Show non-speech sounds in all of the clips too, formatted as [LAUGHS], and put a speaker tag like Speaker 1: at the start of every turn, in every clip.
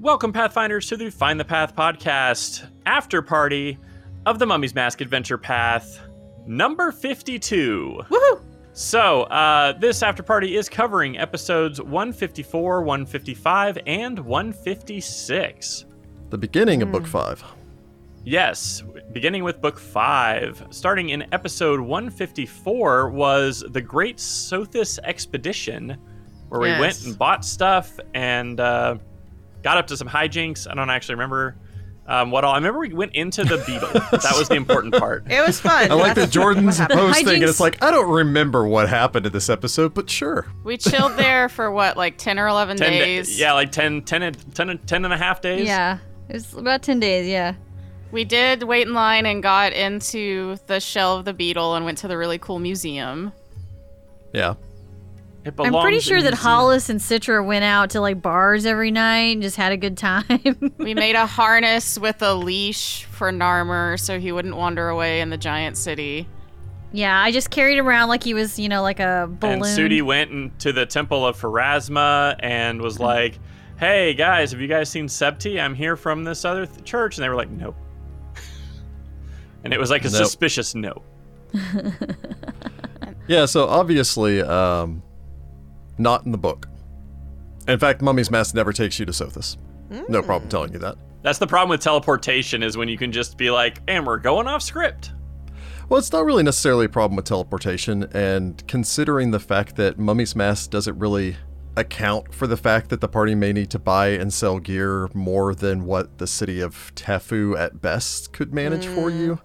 Speaker 1: Welcome, Pathfinders, to the Find the Path podcast, after party of the Mummy's Mask Adventure Path, number 52.
Speaker 2: Woohoo!
Speaker 1: So, uh, this after party is covering episodes 154, 155, and 156.
Speaker 3: The beginning of book five.
Speaker 1: Yes, beginning with book five, starting in episode 154, was the Great Sothis Expedition, where we went
Speaker 2: Yes.
Speaker 1: and bought stuff and uh, got up to some hijinks. I don't actually remember um, what all. I remember we went into the
Speaker 4: [LAUGHS]
Speaker 1: beetle. that was the important part. [LAUGHS]
Speaker 2: It was fun.
Speaker 3: I like that Jordan's
Speaker 2: happened.
Speaker 3: post thing, and
Speaker 5: Hijinks.
Speaker 3: it's like I don't remember what happened in this episode, but sure.
Speaker 5: We chilled there for what, like 10 or 11
Speaker 1: 10 da-
Speaker 5: days?
Speaker 1: yeah, like 10, 10, and- 10, and- 10 and a half days.
Speaker 4: Yeah, it was about ten days. Yeah,
Speaker 5: We did wait in line and got into the shell of the beetle and went to the really cool museum.
Speaker 3: Yeah,
Speaker 1: It
Speaker 4: I'm pretty
Speaker 1: belongs in
Speaker 4: sure that
Speaker 1: museum.
Speaker 4: Hollis and Citra went out to like bars every night and just had a good time. [LAUGHS]
Speaker 5: We made a harness with a leash for Narmer so he wouldn't wander away in the giant city.
Speaker 4: yeah, I just carried him around like he was, you know, like a balloon.
Speaker 1: And Sudi went in- to the temple of Pharasma and was like, "Hey guys, have you guys seen Septi? I'm here from this other th- church." And they were like, "Nope." [LAUGHS] and it was like a
Speaker 3: Nope.
Speaker 1: suspicious no.
Speaker 3: yeah. So obviously, um, not in the book. In fact, Mummy's Mask never takes you to Sothis. No problem telling you that.
Speaker 1: That's the problem with teleportation is when you can just be like, "And we're going off script."
Speaker 3: Well, it's not really necessarily a problem with teleportation, and considering the fact that Mummy's Mask doesn't really account for the fact that the party may need to buy and sell gear more than what the city of Tafu at best could manage for you,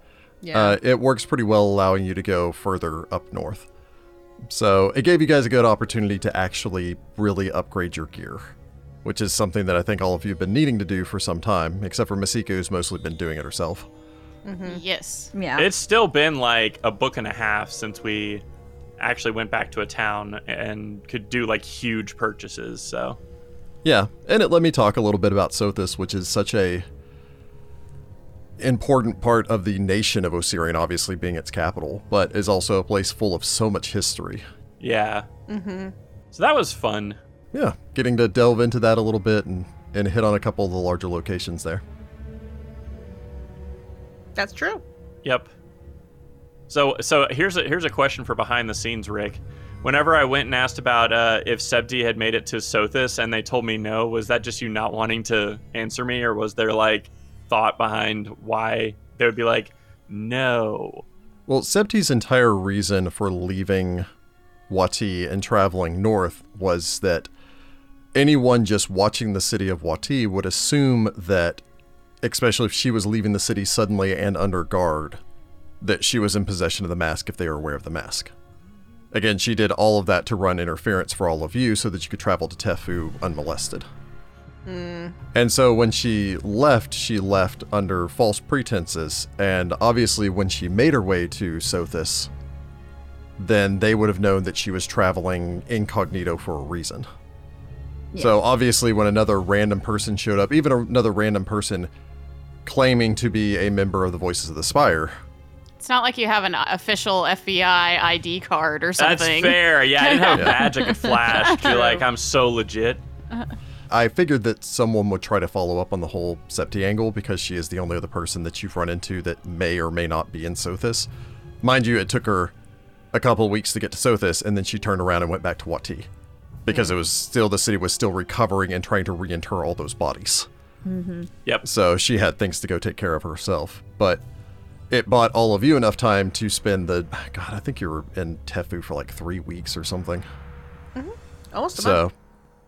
Speaker 3: uh, it works pretty well allowing you to go further up north. So it gave you guys a good opportunity to actually really upgrade your gear, which is something that I think all of you have been needing to do for some time, except for Masiko, who's mostly been doing it herself.
Speaker 5: Yes.
Speaker 4: yeah,
Speaker 1: It's still been like a book and a half since we actually went back to a town and could do like huge purchases. So
Speaker 3: Yeah, and it let me talk a little bit about Sothis, which is such a important part of the nation of Osirian, obviously being its capital, but is also a place full of so much history.
Speaker 1: yeah. Mm-hmm. So that was fun.
Speaker 3: Yeah, getting to delve into that a little bit and, and hit on a couple of the larger locations there.
Speaker 2: That's true.
Speaker 1: Yep. So so here's a here's a question for behind the scenes, Rick. Whenever I went and asked about uh, if Sebdi had made it to Sothis and they told me no, was that just you not wanting to answer me, or was there like thought behind why they would be like no?
Speaker 3: Well, Septi's entire reason for leaving Wati and traveling north was that anyone just watching the city of Wati would assume that, especially if she was leaving the city suddenly and under guard, that she was in possession of the mask if they were aware of the mask. Again, she did all of that to run interference for all of you so that you could travel to Tefu unmolested. And so when she left, she left under false pretenses. And obviously, when she made her way to Sothis, then they would have known that she was traveling incognito for a reason. So obviously, when another random person showed up, even another random person claiming to be a member of the Voices of the Spire,
Speaker 5: It's not like you have an official FBI ID card or
Speaker 1: That's
Speaker 5: something.
Speaker 1: fair. Yeah, I didn't
Speaker 3: [LAUGHS]
Speaker 1: have a badge I could flash. Be like, I'm so legit.
Speaker 3: I figured that someone would try to follow up on the whole Septi angle because she is the only other person that you've run into that may or may not be in Sothis. Mind you, it took her a couple of weeks to get to Sothis, and then she turned around and went back to Wati because it was still the city was still recovering and trying to reinter all those bodies.
Speaker 1: Yep.
Speaker 3: So she had things to go take care of herself, but it bought all of you enough time to spend the God. I think you were in Tefu for like three weeks or something.
Speaker 2: Almost a month.
Speaker 3: So,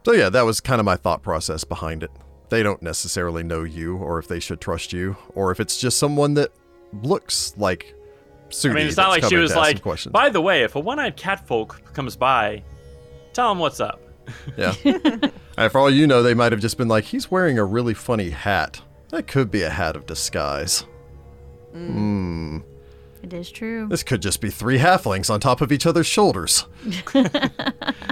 Speaker 3: so yeah, that was kind of my thought process behind it. They don't necessarily know you, or if they should trust you, or if it's just someone that looks like. Sudi
Speaker 1: I mean, it's not
Speaker 3: that's
Speaker 1: like she
Speaker 3: coming to
Speaker 1: was
Speaker 3: ask some
Speaker 1: like.
Speaker 3: questions.
Speaker 1: By the way, if a one-eyed catfolk comes by, tell him what's up. [LAUGHS]
Speaker 3: Yeah. and for all you know, they might have just been like, he's wearing a really funny hat. That could be a hat of disguise.
Speaker 4: it is true.
Speaker 3: This could just be three halflings on top of each other's shoulders.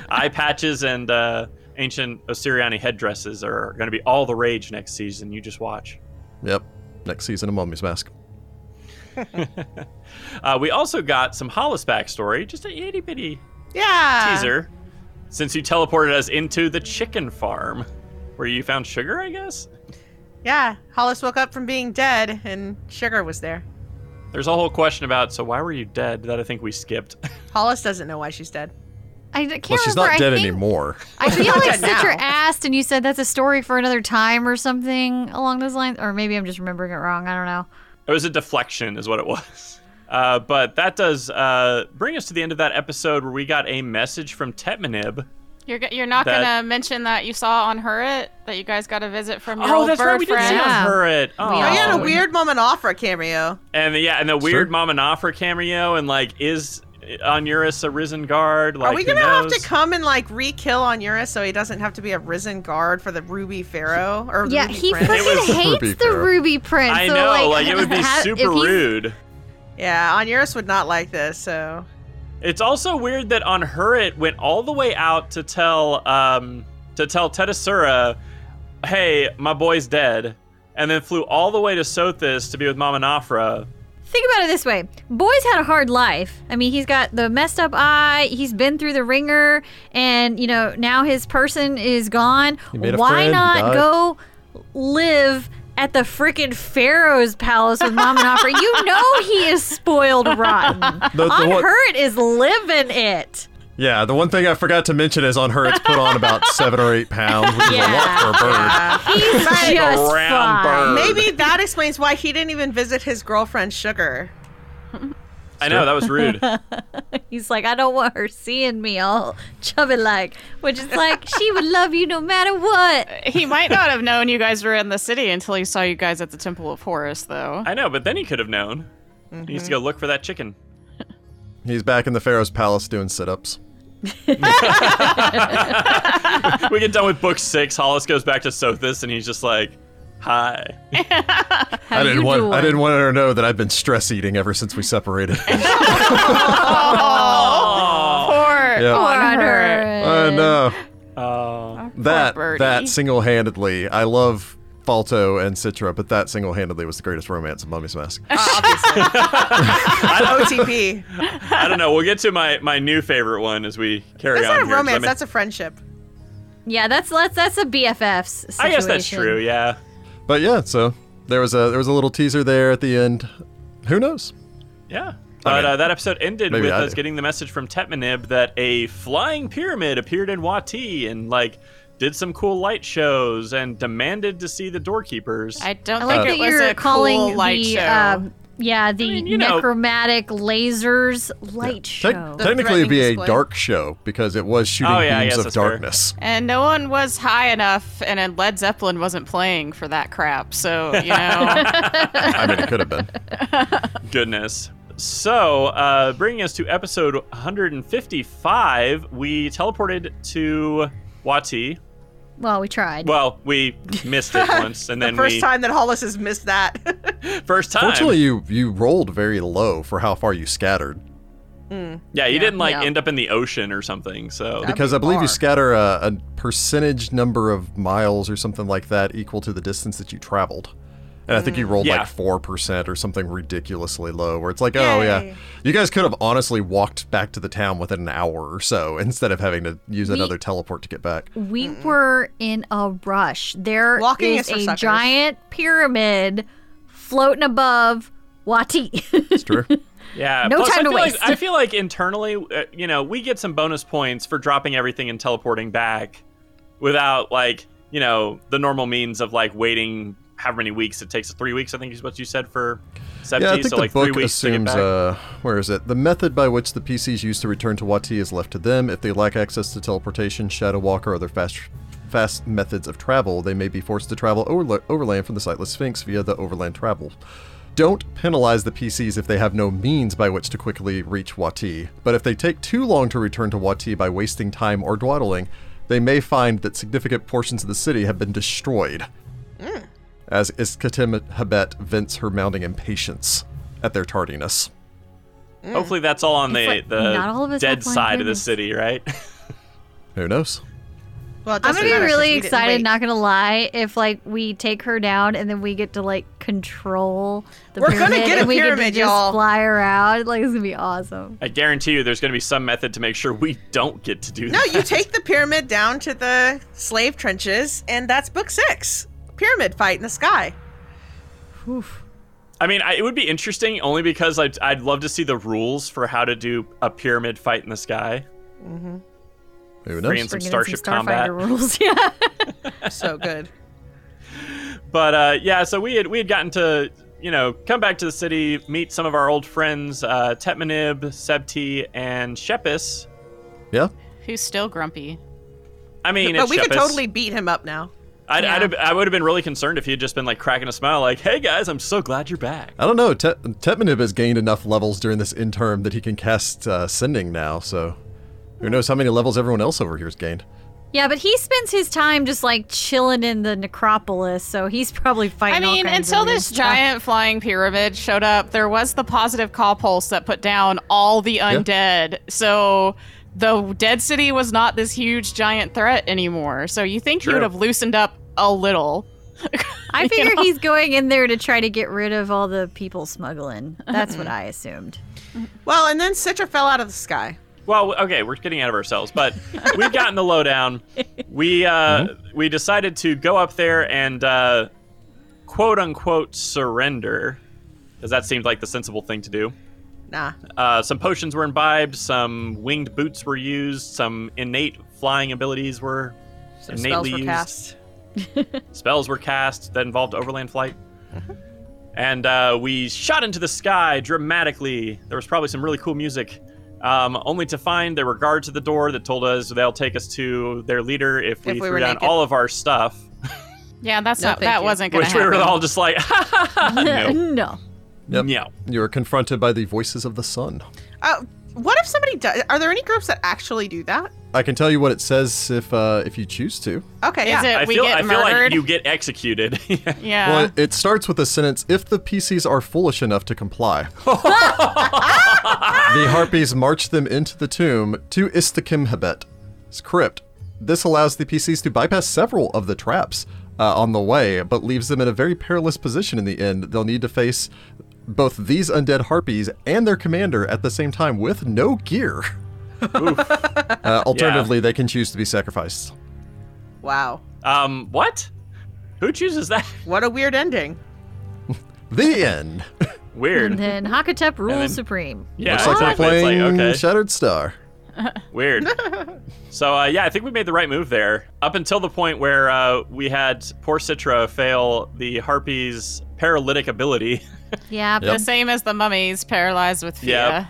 Speaker 1: eye patches and uh, ancient Osiriani headdresses are going to be all the rage next season. You just watch.
Speaker 3: Yep. Next season of Mummy's Mask.
Speaker 1: Uh, we also got some Hollis backstory, just a itty bitty
Speaker 2: yeah.
Speaker 1: teaser, since you teleported us into the chicken farm. where you found sugar, I guess.
Speaker 2: Yeah, Hollis woke up from being dead, and Sugar was there.
Speaker 1: There's a whole question about so why were you dead that I think we skipped. [LAUGHS]
Speaker 2: Hollis doesn't know why she's dead.
Speaker 4: I d- can't
Speaker 3: Well, she's
Speaker 4: remember.
Speaker 3: not dead
Speaker 4: I think,
Speaker 3: anymore.
Speaker 4: I feel like
Speaker 2: Not dead
Speaker 4: Citra
Speaker 2: now.
Speaker 4: asked, and you said that's a story for another time or something along those lines. Or maybe I'm just remembering it wrong. I don't know.
Speaker 1: It was a deflection, is what it was. [LAUGHS] Uh, but that does uh, bring us to the end of that episode where we got a message from Tetmanib.
Speaker 5: You're g- you're not
Speaker 1: That-
Speaker 5: gonna mention that you saw on Hurrit that you guys got a visit from your
Speaker 1: Oh,
Speaker 5: old
Speaker 1: that's
Speaker 5: bird
Speaker 1: right, we did
Speaker 5: friend.
Speaker 1: see on
Speaker 4: Yeah.
Speaker 1: Hurrit. Oh,
Speaker 2: Oh,
Speaker 4: Yeah.
Speaker 2: you had a weird Mama Nofra cameo.
Speaker 1: And the, yeah, and the
Speaker 3: Sure.
Speaker 1: weird mom and offer cameo, and like, is on Eurus a risen guard? Like,
Speaker 2: Are we
Speaker 1: who
Speaker 2: gonna have to
Speaker 1: knows?
Speaker 2: come and like re-kill on Eurus so he doesn't have to be a risen guard for the Ruby Pharaoh or the
Speaker 4: Yeah,
Speaker 2: Ruby
Speaker 4: he
Speaker 2: Prince?
Speaker 4: freaking
Speaker 1: was
Speaker 4: hates
Speaker 3: Ruby
Speaker 4: the
Speaker 3: Pharaoh.
Speaker 4: Ruby Prince.
Speaker 1: I
Speaker 4: so,
Speaker 1: know, like,
Speaker 4: like,
Speaker 1: it
Speaker 2: [LAUGHS]
Speaker 1: would be
Speaker 4: how-
Speaker 1: super
Speaker 4: [LAUGHS] if he's-
Speaker 1: rude.
Speaker 2: yeah, on Eurus would not like this. So
Speaker 1: It's also weird that on her it went all the way out to tell um, to tell Tedasura, "Hey, my boy's dead," and then flew all the way to Sothis to be with Mama Nafra.
Speaker 4: Think about it this way: Boy's had a hard life. I mean, he's got the messed up eye. He's been through the ringer, and you know now his person is gone.
Speaker 3: made a
Speaker 4: Why
Speaker 3: friend, he
Speaker 4: not
Speaker 3: died.
Speaker 4: go live at the frickin' Pharaoh's palace with Mom and Opera? you know he is spoiled rotten.
Speaker 3: [LAUGHS] The- the
Speaker 4: On
Speaker 3: one-
Speaker 4: her it is
Speaker 3: [LAUGHS]
Speaker 4: living it.
Speaker 3: Yeah, the one thing I forgot to mention is on her it's put on about seven or eight pounds, which is a lot for a bird.
Speaker 4: He's
Speaker 2: Right.
Speaker 4: just
Speaker 1: Round
Speaker 4: fine.
Speaker 1: bird. [LAUGHS]
Speaker 2: maybe that explains why he didn't even visit his girlfriend Sugar.
Speaker 1: I know that was
Speaker 2: [LAUGHS]
Speaker 1: rude.
Speaker 4: He's like, I don't want her seeing me all chubby like, which is like she would love you no matter what.
Speaker 5: [LAUGHS] He might not have known you guys were in the city until he saw you guys at the Temple of Horus, though.
Speaker 1: I know, but then he could have known. He
Speaker 2: Mm-hmm.
Speaker 1: needs to go look for that chicken.
Speaker 3: He's back in the Pharaoh's palace doing sit-ups.
Speaker 1: we get done with book six. Hollis goes back to Sothis, and he's just like, "Hi."
Speaker 4: How
Speaker 3: I didn't
Speaker 4: you
Speaker 3: want
Speaker 4: doing?
Speaker 3: I didn't want her to know that I've been stress eating ever since we separated.
Speaker 4: [LAUGHS]
Speaker 1: Oh,
Speaker 5: Poor,
Speaker 3: Yeah.
Speaker 4: Poor
Speaker 5: on
Speaker 4: on her.
Speaker 5: Hurrit.
Speaker 3: I know.
Speaker 2: [LAUGHS]
Speaker 1: oh.
Speaker 3: That
Speaker 5: Poor birdie.
Speaker 3: that single-handedly, I love Falto and Citra, but that single-handedly was the greatest romance of Mummy's Mask.
Speaker 4: Ah.
Speaker 1: [LAUGHS]
Speaker 2: OTP.
Speaker 1: Oh, I don't know. We'll get to my my new favorite one as we carry
Speaker 2: That's
Speaker 1: on. here,
Speaker 2: not a
Speaker 1: 'cause I
Speaker 2: romance.
Speaker 1: mean-
Speaker 2: That's a friendship.
Speaker 4: Yeah, that's that's that's a BFFs. Situation.
Speaker 1: I guess that's true. Yeah.
Speaker 3: But yeah, so there was a there was a little teaser there at the end. Who knows?
Speaker 1: Yeah. But
Speaker 3: mean,
Speaker 1: uh, that episode ended
Speaker 3: maybe
Speaker 1: with
Speaker 3: I
Speaker 1: us
Speaker 3: do.
Speaker 1: getting the message from Tetmanib that a flying pyramid appeared in Wati and like did some cool light shows and demanded to see the doorkeepers.
Speaker 5: I don't
Speaker 4: I
Speaker 1: Uh,
Speaker 4: like
Speaker 5: think
Speaker 4: that
Speaker 5: it was
Speaker 4: you're
Speaker 5: a
Speaker 4: calling
Speaker 5: cool light
Speaker 4: the
Speaker 5: show.
Speaker 4: um, yeah the
Speaker 1: mean, you know-
Speaker 4: necromatic lasers light
Speaker 3: Te-
Speaker 4: show.
Speaker 3: technically, it'd be
Speaker 2: threatening
Speaker 3: a
Speaker 2: display.
Speaker 3: dark show because it was shooting
Speaker 1: Oh, yeah, I
Speaker 3: beams
Speaker 1: guess
Speaker 3: of
Speaker 1: that's fair.
Speaker 3: darkness.
Speaker 5: and no one was high enough, and then Led Zeppelin wasn't playing for that crap, so [LAUGHS] you know.
Speaker 3: I mean, it could have been.
Speaker 1: [LAUGHS] Goodness. So, uh, bringing us to episode 155, we teleported to Wati.
Speaker 4: well, we tried.
Speaker 1: Well, we missed
Speaker 4: [LAUGHS]
Speaker 1: it once, and
Speaker 2: The
Speaker 1: then
Speaker 2: first
Speaker 1: we
Speaker 2: time that Hollis has missed that. [LAUGHS]
Speaker 1: first time.
Speaker 3: Fortunately, you you rolled very low for how far you scattered
Speaker 1: yeah, you didn't like
Speaker 5: yeah.
Speaker 1: end up in the ocean or something. So
Speaker 3: because I believe
Speaker 2: far.
Speaker 3: you scatter a, a percentage number of miles or something like that equal to the distance that you traveled. And I think
Speaker 2: Mm,
Speaker 3: you rolled
Speaker 1: Yeah.
Speaker 3: like four percent or something ridiculously low, where it's like, oh yeah,
Speaker 2: Yay.
Speaker 3: you guys could have honestly walked back to the town within an hour or so [LAUGHS] instead of having to use another teleport to
Speaker 2: [LAUGHS]
Speaker 3: get back.
Speaker 4: we were in a rush. There is
Speaker 2: Walking is for
Speaker 4: a
Speaker 2: suckers.
Speaker 4: giant pyramid floating above Wati. [LAUGHS]
Speaker 3: It's true.
Speaker 1: Yeah.
Speaker 4: No
Speaker 1: Plus,
Speaker 4: time
Speaker 1: I
Speaker 4: to
Speaker 1: feel
Speaker 4: waste.
Speaker 1: Like, I feel like internally, uh, you know, we get some bonus points for dropping everything and teleporting back without, like, you know, the normal means of, like, waiting however many weeks it takes. Three weeks, I think is what you said for 70.
Speaker 3: Yeah, I think
Speaker 1: so,
Speaker 3: the
Speaker 1: like, three
Speaker 3: book
Speaker 1: weeks to get
Speaker 3: assumes,
Speaker 1: back.
Speaker 3: uh, where is it? The method by which the PCs use to return to Wati is left to them. If they lack access to teleportation, Shadow Walk, or other fast, fast methods of travel, they may be forced to travel overla- overland from the Sightless Sphinx via the overland travel. Don't penalize the PCs if they have no means by which to quickly reach Wati, but if they take too long to return to Wati by wasting time or dawdling, they may find that significant portions of the city have been destroyed as Iskatim Habet vents her mounting impatience at their tardiness.
Speaker 1: Hopefully, that's all on the,
Speaker 4: Mm. It's like,
Speaker 1: the
Speaker 4: not all of us
Speaker 1: dead
Speaker 4: have blind
Speaker 1: side of the
Speaker 4: goodness.
Speaker 1: city, right?
Speaker 3: Who knows?
Speaker 2: well, it
Speaker 4: I'm
Speaker 2: doesn't
Speaker 4: gonna be
Speaker 2: matter,
Speaker 4: really
Speaker 2: since we didn't
Speaker 4: excited,
Speaker 2: wait.
Speaker 4: not gonna lie, if like we take her down and then we get to like control the
Speaker 2: We're gonna
Speaker 4: pyramid
Speaker 2: get a
Speaker 4: and we get to
Speaker 2: pyramid,
Speaker 4: just
Speaker 2: y'all.
Speaker 4: fly around. Like it's gonna be awesome.
Speaker 1: I guarantee you, there's going to be some method to make sure we don't get to do
Speaker 2: No,
Speaker 1: that.
Speaker 2: you take the pyramid down to the slave trenches, and that's book six pyramid fight in the sky.
Speaker 1: I mean, I, it would be interesting only because I'd, I'd love to see the rules for how to do a pyramid fight in the sky.
Speaker 3: Who
Speaker 1: Free and some
Speaker 3: knows?
Speaker 4: Bringing in
Speaker 1: Starship
Speaker 4: some
Speaker 1: combat.
Speaker 4: Starfighter rules. Yeah.
Speaker 1: [LAUGHS]
Speaker 2: So good.
Speaker 1: But uh, yeah, so we had we had gotten to you know come back to the city, meet some of our old friends, uh, Tetmanib, Sebti, and Shepis.
Speaker 3: Yeah.
Speaker 5: Who's still grumpy?
Speaker 1: I mean,
Speaker 2: But
Speaker 1: it's
Speaker 2: we could
Speaker 1: Shepis.
Speaker 2: totally beat him up now.
Speaker 1: I'd,
Speaker 5: Yeah.
Speaker 1: I'd have, I would have been really concerned if he had just been like cracking a smile, like, "Hey guys, I'm so glad you're back."
Speaker 3: I don't know. Te- Tetmanib has gained enough levels during this interim that he can cast uh, Sending now, so who knows how many levels everyone else over here's gained.
Speaker 4: yeah, but he spends his time just like chilling in the necropolis, so he's probably
Speaker 5: I
Speaker 4: fighting. all
Speaker 5: mean,
Speaker 4: kinds of
Speaker 5: until
Speaker 4: weird
Speaker 5: this
Speaker 4: stuff.
Speaker 5: giant flying pyramid showed up, there was the positive call pulse that put down all the undead. So the dead city was not this huge giant threat anymore. So you think he
Speaker 1: True.
Speaker 5: would have loosened up a little.
Speaker 4: I figure he's going in there to try to get rid of all the people smuggling. That's what I
Speaker 1: [LAUGHS]
Speaker 4: assumed.
Speaker 2: Well, and then Citra fell out of the sky.
Speaker 1: Well, okay, we're getting out of ourselves, but we've gotten the lowdown. We uh, we decided to go up there and uh, quote unquote surrender, because that seemed like the sensible thing to do.
Speaker 2: Nah.
Speaker 1: Uh, some potions were imbibed, some winged boots were used, some innate flying abilities were
Speaker 2: Some
Speaker 1: innately
Speaker 2: spells were
Speaker 1: used.
Speaker 2: cast.
Speaker 1: Spells were cast that involved overland flight. And uh, we shot into the sky dramatically. There was probably some really cool music, um, only to find there were guards at the door that told us they'll take us to their leader if we,
Speaker 2: If we
Speaker 1: threw
Speaker 2: were
Speaker 1: down
Speaker 2: naked.
Speaker 1: all of our stuff,
Speaker 5: Yeah, that's
Speaker 2: No,
Speaker 5: not
Speaker 2: thank
Speaker 5: that
Speaker 2: you.
Speaker 5: wasn't going
Speaker 1: which
Speaker 5: to
Speaker 1: we
Speaker 5: happen.
Speaker 1: were all just like, [LAUGHS] ha ha ha, Uh, no,
Speaker 4: [LAUGHS] no.
Speaker 3: Yep.
Speaker 1: no.
Speaker 3: You are confronted by the voices of the sun.
Speaker 2: Uh, what if somebody does? Are there any groups that actually do that?
Speaker 3: I can tell you what it says if uh, if you choose to.
Speaker 2: Okay,
Speaker 5: Is
Speaker 2: yeah.
Speaker 5: it
Speaker 1: I
Speaker 5: we
Speaker 1: feel,
Speaker 5: get
Speaker 1: I feel
Speaker 5: murdered?
Speaker 1: like you get executed. [LAUGHS]
Speaker 5: yeah.
Speaker 3: Well, it, it starts with the sentence if the PCs are foolish enough to comply. [LAUGHS] the harpies march them into the tomb to Istakimhabet crypt. This allows the PCs to bypass several of the traps uh, on the way, but leaves them in a very perilous position in the end. They'll need to face both these undead harpies and their commander at the same time with no
Speaker 1: [LAUGHS]
Speaker 3: gear. Uh, alternatively, they can choose to be sacrificed.
Speaker 2: Wow.
Speaker 1: um, what? Who chooses that?
Speaker 2: What a weird ending.
Speaker 3: The end. [LAUGHS]
Speaker 1: Weird.
Speaker 4: And then Hakatep rules
Speaker 1: then-
Speaker 4: supreme.
Speaker 1: Yeah,
Speaker 3: Looks like
Speaker 1: exactly.
Speaker 3: we're
Speaker 1: It's like,
Speaker 3: playing
Speaker 1: okay.
Speaker 3: Shattered Star.
Speaker 1: Weird. so uh, yeah, I think we made the right move there. Up until the point where uh, we had poor Citra fail the harpy's paralytic ability. [LAUGHS]
Speaker 4: Yeah,
Speaker 5: the
Speaker 4: but
Speaker 5: same as the mummies paralyzed with fear.
Speaker 1: Yep.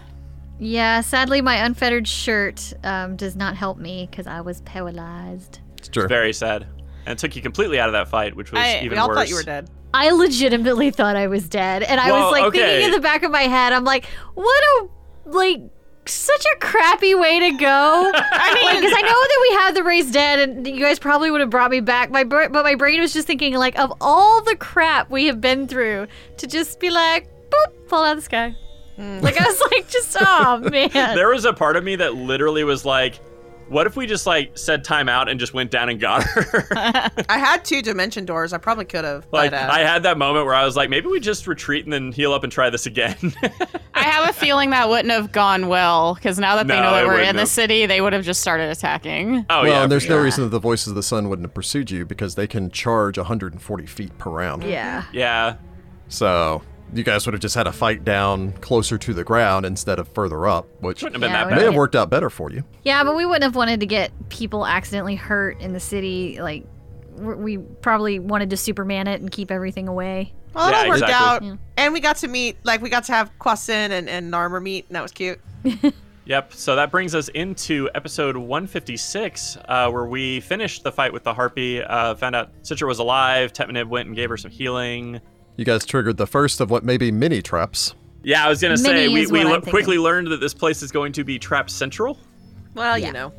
Speaker 4: yeah. Sadly, my unfettered shirt um, does not help me because I was paralyzed.
Speaker 3: It's true.
Speaker 1: Very sad. And it took you completely out of that fight, which was
Speaker 5: I-
Speaker 1: even
Speaker 2: We all
Speaker 1: worse.
Speaker 2: thought you were dead.
Speaker 4: I legitimately thought I was dead, and I
Speaker 1: Well,
Speaker 4: was like
Speaker 1: okay.
Speaker 4: thinking in the back of my head, I'm like, what a like such a crappy way to
Speaker 1: [LAUGHS]
Speaker 4: go. I mean,
Speaker 5: [LAUGHS]
Speaker 4: because I know that we have the race dead, and you guys probably would have brought me back. My br- but my brain was just thinking like of all the crap we have been through to just be like, boop, fall out of the sky. Like I was like, just oh man.
Speaker 1: There was a part of me that literally was like, "What if we just like said time out and just went down and got her?" [LAUGHS]
Speaker 2: I had two dimension doors. I probably could have.
Speaker 1: like
Speaker 2: but, uh,
Speaker 1: I had that moment where I was like, "Maybe we just retreat and then heal up and try this again." [LAUGHS]
Speaker 5: I have a feeling that wouldn't have gone well because now that they
Speaker 1: No,
Speaker 5: know
Speaker 1: it
Speaker 5: that we're
Speaker 1: wouldn't
Speaker 5: in the
Speaker 1: have.
Speaker 5: city, they would have just started attacking.
Speaker 1: oh
Speaker 3: well,
Speaker 1: yeah.
Speaker 3: and there's
Speaker 1: for
Speaker 3: no
Speaker 1: sure.
Speaker 3: reason that the voices of the sun wouldn't have pursued you because they can charge 140 feet per round.
Speaker 4: yeah.
Speaker 1: yeah.
Speaker 3: So you guys would have just had a fight down closer to the ground instead of further up, which
Speaker 1: Wouldn't have
Speaker 3: may
Speaker 1: been
Speaker 4: Yeah,
Speaker 1: that
Speaker 4: we're
Speaker 1: bad.
Speaker 3: have worked out better for you.
Speaker 4: Yeah, but we wouldn't have wanted to get people accidentally hurt in the city. Like, we we probably wanted to Superman it and keep everything away.
Speaker 2: well, it
Speaker 1: Yeah,
Speaker 2: all worked
Speaker 1: exactly.
Speaker 2: out. And we got to meet, like, we got to have Kwasin and, and Narmer meet, and that was cute.
Speaker 1: Yep. So that brings us into episode 156, uh, where we finished the fight with the harpy. Uh, found out Citra was alive. Tetmanib went and gave her some healing.
Speaker 3: You guys triggered the first of what may be many traps.
Speaker 1: Yeah, I was gonna say
Speaker 4: Mini
Speaker 1: we,
Speaker 4: is
Speaker 1: we
Speaker 4: what I'm
Speaker 1: le-
Speaker 4: thinking.
Speaker 1: quickly learned that this place is going to be trap central.
Speaker 2: Well,
Speaker 4: Yeah.
Speaker 2: you know.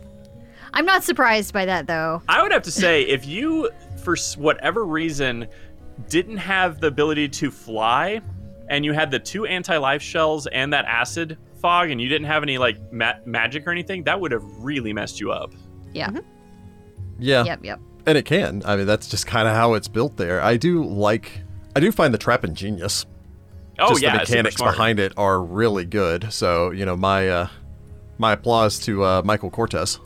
Speaker 4: I'm not surprised by that though.
Speaker 1: I would have to say if you, for s- whatever reason, didn't have the ability to fly, and you had the two anti-life shells and that acid fog, and you didn't have any like ma- magic or anything, that would have really messed you up.
Speaker 4: Yeah.
Speaker 3: Yeah.
Speaker 4: Yep. Yep.
Speaker 3: Oh. And it can. I mean, that's just kind of how it's built there. I do like I do find the trap ingenious.
Speaker 1: Oh
Speaker 3: Just
Speaker 1: yeah,
Speaker 3: the
Speaker 1: it's super
Speaker 3: mechanics
Speaker 1: smart.
Speaker 3: behind it are really good. So you know my uh, my applause to uh, Michael Cortez.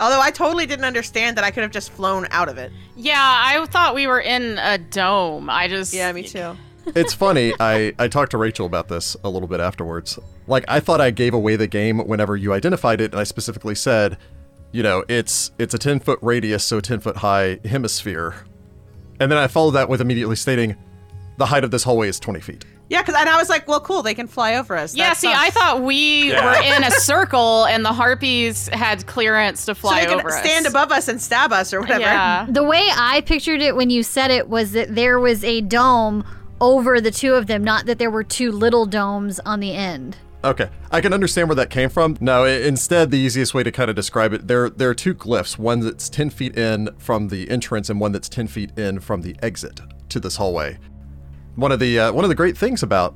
Speaker 2: Although I totally didn't understand that I could have just flown out of it.
Speaker 5: Yeah, I thought we were in a dome. I just
Speaker 2: Yeah, me too.
Speaker 3: It's funny. I I talked to Rachel about this a little bit afterwards. Like I thought I gave away the game whenever you identified it, and I specifically said, you know, it's it's a ten foot radius, so ten foot high hemisphere. And then I followed that with immediately stating, the height of this hallway is twenty feet.
Speaker 2: Yeah, because and I was like, well, cool, they can fly over us.
Speaker 5: Yeah,
Speaker 2: That
Speaker 5: see,
Speaker 2: sucks.
Speaker 5: I thought we
Speaker 1: Yeah.
Speaker 5: were in a circle and the harpies had clearance to
Speaker 2: so
Speaker 5: fly
Speaker 2: they can
Speaker 5: over us.
Speaker 2: stand above us and stab us or whatever.
Speaker 5: Yeah.
Speaker 4: The way I pictured it when you said it was that there was a dome over the two of them, not that there were two little domes on the end.
Speaker 3: Okay, I can understand where that came from. No, i- instead, the easiest way to kind of describe it, there there are two glyphs. One that's ten feet in from the entrance, and one that's ten feet in from the exit to this hallway. One of the uh, one of the great things about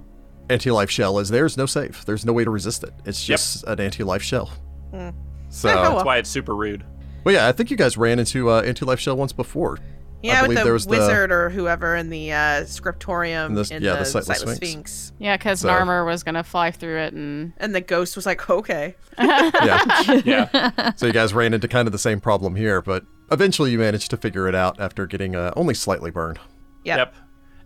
Speaker 3: anti-life shell is there's no safe. There's no way to resist it. It's just an anti-life shell.
Speaker 2: Hmm. [LAUGHS]
Speaker 3: So,
Speaker 2: Yeah, cool.
Speaker 1: That's why it's super rude.
Speaker 3: well, yeah, I think you guys ran into uh, anti-life shell once before. I
Speaker 2: Yeah, with
Speaker 3: believe
Speaker 2: the
Speaker 3: there was the-
Speaker 2: wizard or whoever in the uh, scriptorium
Speaker 3: In
Speaker 2: in
Speaker 3: the-
Speaker 2: the,
Speaker 3: yeah, the
Speaker 2: the,
Speaker 3: Sightless
Speaker 2: Sightless
Speaker 3: Sphinx.
Speaker 2: Sphinx.
Speaker 5: Yeah, because
Speaker 3: So-
Speaker 5: Narmer was going to fly through it and.
Speaker 2: And the ghost was like, okay.
Speaker 3: [LAUGHS] Yeah,
Speaker 2: [LAUGHS]
Speaker 1: Yeah,
Speaker 3: so you guys ran into kind of the same problem here, but eventually you managed to figure it out after getting uh, only slightly burned.
Speaker 2: Yep.
Speaker 1: yep.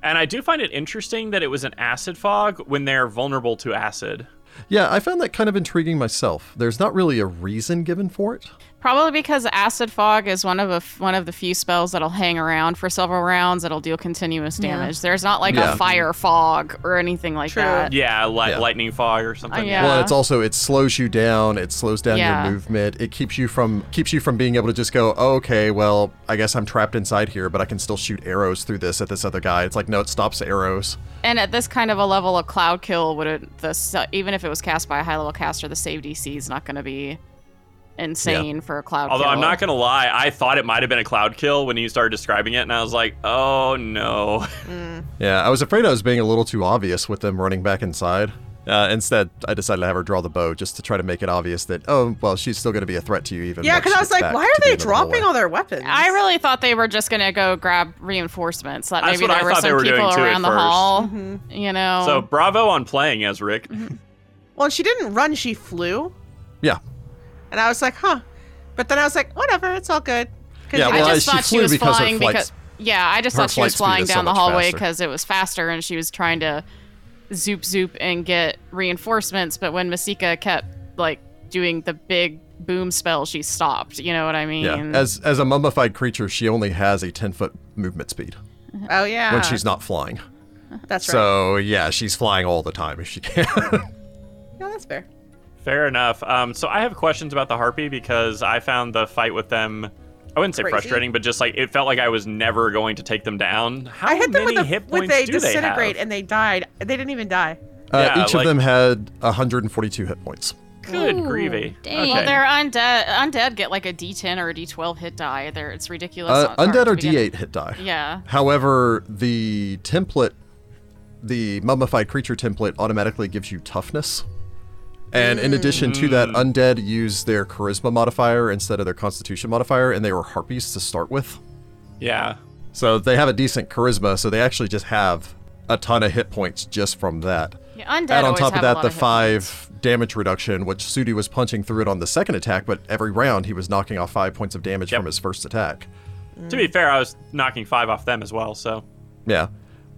Speaker 1: And I do find it interesting that it was an acid fog when they're vulnerable to acid.
Speaker 3: Yeah, I found that kind of intriguing myself. There's not really a reason given for it.
Speaker 5: Probably because acid fog is one of a f- one of the few spells that'll hang around for several rounds that'll deal continuous damage. There's not like
Speaker 3: Yeah.
Speaker 5: a fire fog or anything like
Speaker 2: True.
Speaker 5: that.
Speaker 1: Yeah, li-
Speaker 3: Yeah.
Speaker 1: lightning fog or
Speaker 2: Uh,
Speaker 1: something.
Speaker 5: Oh, yeah.
Speaker 3: Well, it's also it slows you down. It slows down
Speaker 5: Yeah.
Speaker 3: your movement. It keeps you from keeps you from being able to just go, oh, okay, well, I guess I'm trapped inside here, but I can still shoot arrows through this at this other guy. It's like no, it stops arrows.
Speaker 5: And at this kind of a level, a cloud kill would it, the sa- even if it was cast by a high level caster, the save DC is not going to be insane for a cloud.
Speaker 1: Although
Speaker 5: kill.
Speaker 1: I'm not gonna lie, I thought it might have been a cloud kill when you started describing it, and I was like, oh no. [LAUGHS]
Speaker 3: Yeah, I was afraid I was being a little too obvious with them running back inside. Uh, instead, I decided to have her draw the bow just to try to make it obvious that oh, well, she's still going to be a threat to you even.
Speaker 2: Yeah,
Speaker 3: once
Speaker 2: because
Speaker 3: she
Speaker 2: I was like,
Speaker 3: gets back
Speaker 2: why
Speaker 3: to
Speaker 2: are
Speaker 3: the
Speaker 2: they
Speaker 3: end of the hallway."
Speaker 2: dropping all their weapons?
Speaker 5: I really thought they were just going to go grab reinforcements. That
Speaker 1: That's
Speaker 5: maybe
Speaker 1: what I
Speaker 5: there were
Speaker 1: thought they
Speaker 5: some
Speaker 1: were doing
Speaker 5: people
Speaker 1: too at
Speaker 5: around the
Speaker 1: first.
Speaker 5: hall. You know.
Speaker 2: Oh.
Speaker 1: So bravo on playing as Rick.
Speaker 2: Mm-hmm. Well, she didn't run, she flew.
Speaker 3: Yeah,
Speaker 2: And I was like, huh. But then I was like, whatever, it's all good. 'Cause
Speaker 3: Yeah,
Speaker 2: you
Speaker 5: I
Speaker 3: well,
Speaker 2: just-
Speaker 5: just
Speaker 3: she
Speaker 5: thought she
Speaker 3: flew
Speaker 5: was
Speaker 3: because her
Speaker 5: flying
Speaker 3: flight's-
Speaker 5: because yeah, I just
Speaker 3: her
Speaker 5: thought she
Speaker 3: flight
Speaker 5: was
Speaker 3: speed
Speaker 5: flying
Speaker 3: is so
Speaker 5: down the
Speaker 3: much
Speaker 5: hallway
Speaker 3: faster.
Speaker 5: because it was faster and she was trying to zoop zoop and get reinforcements. But when Masika kept like doing the big boom spell, she stopped. You know what I mean?
Speaker 3: yeah. As as a mummified creature, she only has a ten foot movement speed.
Speaker 2: oh, yeah.
Speaker 5: Ah.
Speaker 3: when she's not flying.
Speaker 2: That's right.
Speaker 3: So yeah, she's flying all the time if she can. [LAUGHS] Uh,
Speaker 2: No, that's fair.
Speaker 1: Fair enough. Um, so I have questions about the harpy because I found the fight with them. I wouldn't say
Speaker 2: Crazy.
Speaker 1: frustrating, but just like it felt like I was never going to take them down. How
Speaker 2: I hit them
Speaker 1: many
Speaker 2: with, a,
Speaker 1: hit points
Speaker 2: with a
Speaker 1: do
Speaker 2: disintegrate
Speaker 1: they have?
Speaker 2: and they died. They didn't even die.
Speaker 3: uh,
Speaker 1: Yeah,
Speaker 3: each
Speaker 1: like-
Speaker 3: of them had 142 hit points.
Speaker 1: Good
Speaker 4: Ooh,
Speaker 1: gravy.
Speaker 4: dang.
Speaker 1: Okay.
Speaker 5: well, they're undead. Undead get like a D10 or a D12 hit die. They're, it's ridiculous.
Speaker 3: Uh,
Speaker 5: on-
Speaker 3: undead
Speaker 5: to
Speaker 3: or
Speaker 5: begin-
Speaker 3: D8 hit die.
Speaker 5: Yeah.
Speaker 3: However, the template, the mummified creature template, automatically gives you toughness. And in addition to that,
Speaker 5: Mm.
Speaker 3: undead use their charisma modifier instead of their constitution modifier, and they were harpies to start with.
Speaker 1: yeah.
Speaker 3: So they have a decent charisma, so they actually just have a ton of hit points just from that.
Speaker 5: Yeah,
Speaker 3: Add
Speaker 5: undead
Speaker 3: on
Speaker 5: always
Speaker 3: top of
Speaker 5: have a
Speaker 3: that
Speaker 5: lot
Speaker 3: the
Speaker 5: hit
Speaker 3: five damage reduction, which Sudi was punching through it on the second attack, but every round he was knocking off five points of damage
Speaker 1: Yep.
Speaker 3: from his first attack.
Speaker 1: To be fair, I was knocking five off them as well. So
Speaker 3: Yeah,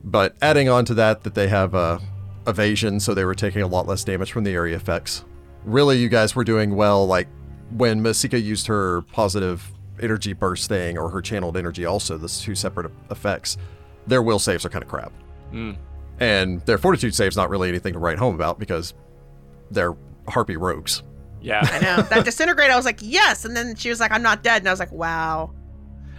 Speaker 3: but adding on to that that they have uh, evasion, so they were taking a lot less damage from the area effects. Really, you guys were doing well. Like when Masika used her positive energy burst thing or her channeled energy, also those two separate e, effects, their will saves are kind of crap, and their fortitude saves not really anything to write home about because they're harpy rogues.
Speaker 1: yeah,
Speaker 2: [LAUGHS] I know. that disintegrate, I was like, yes. And then she was like, I'm not dead. And I was like, wow.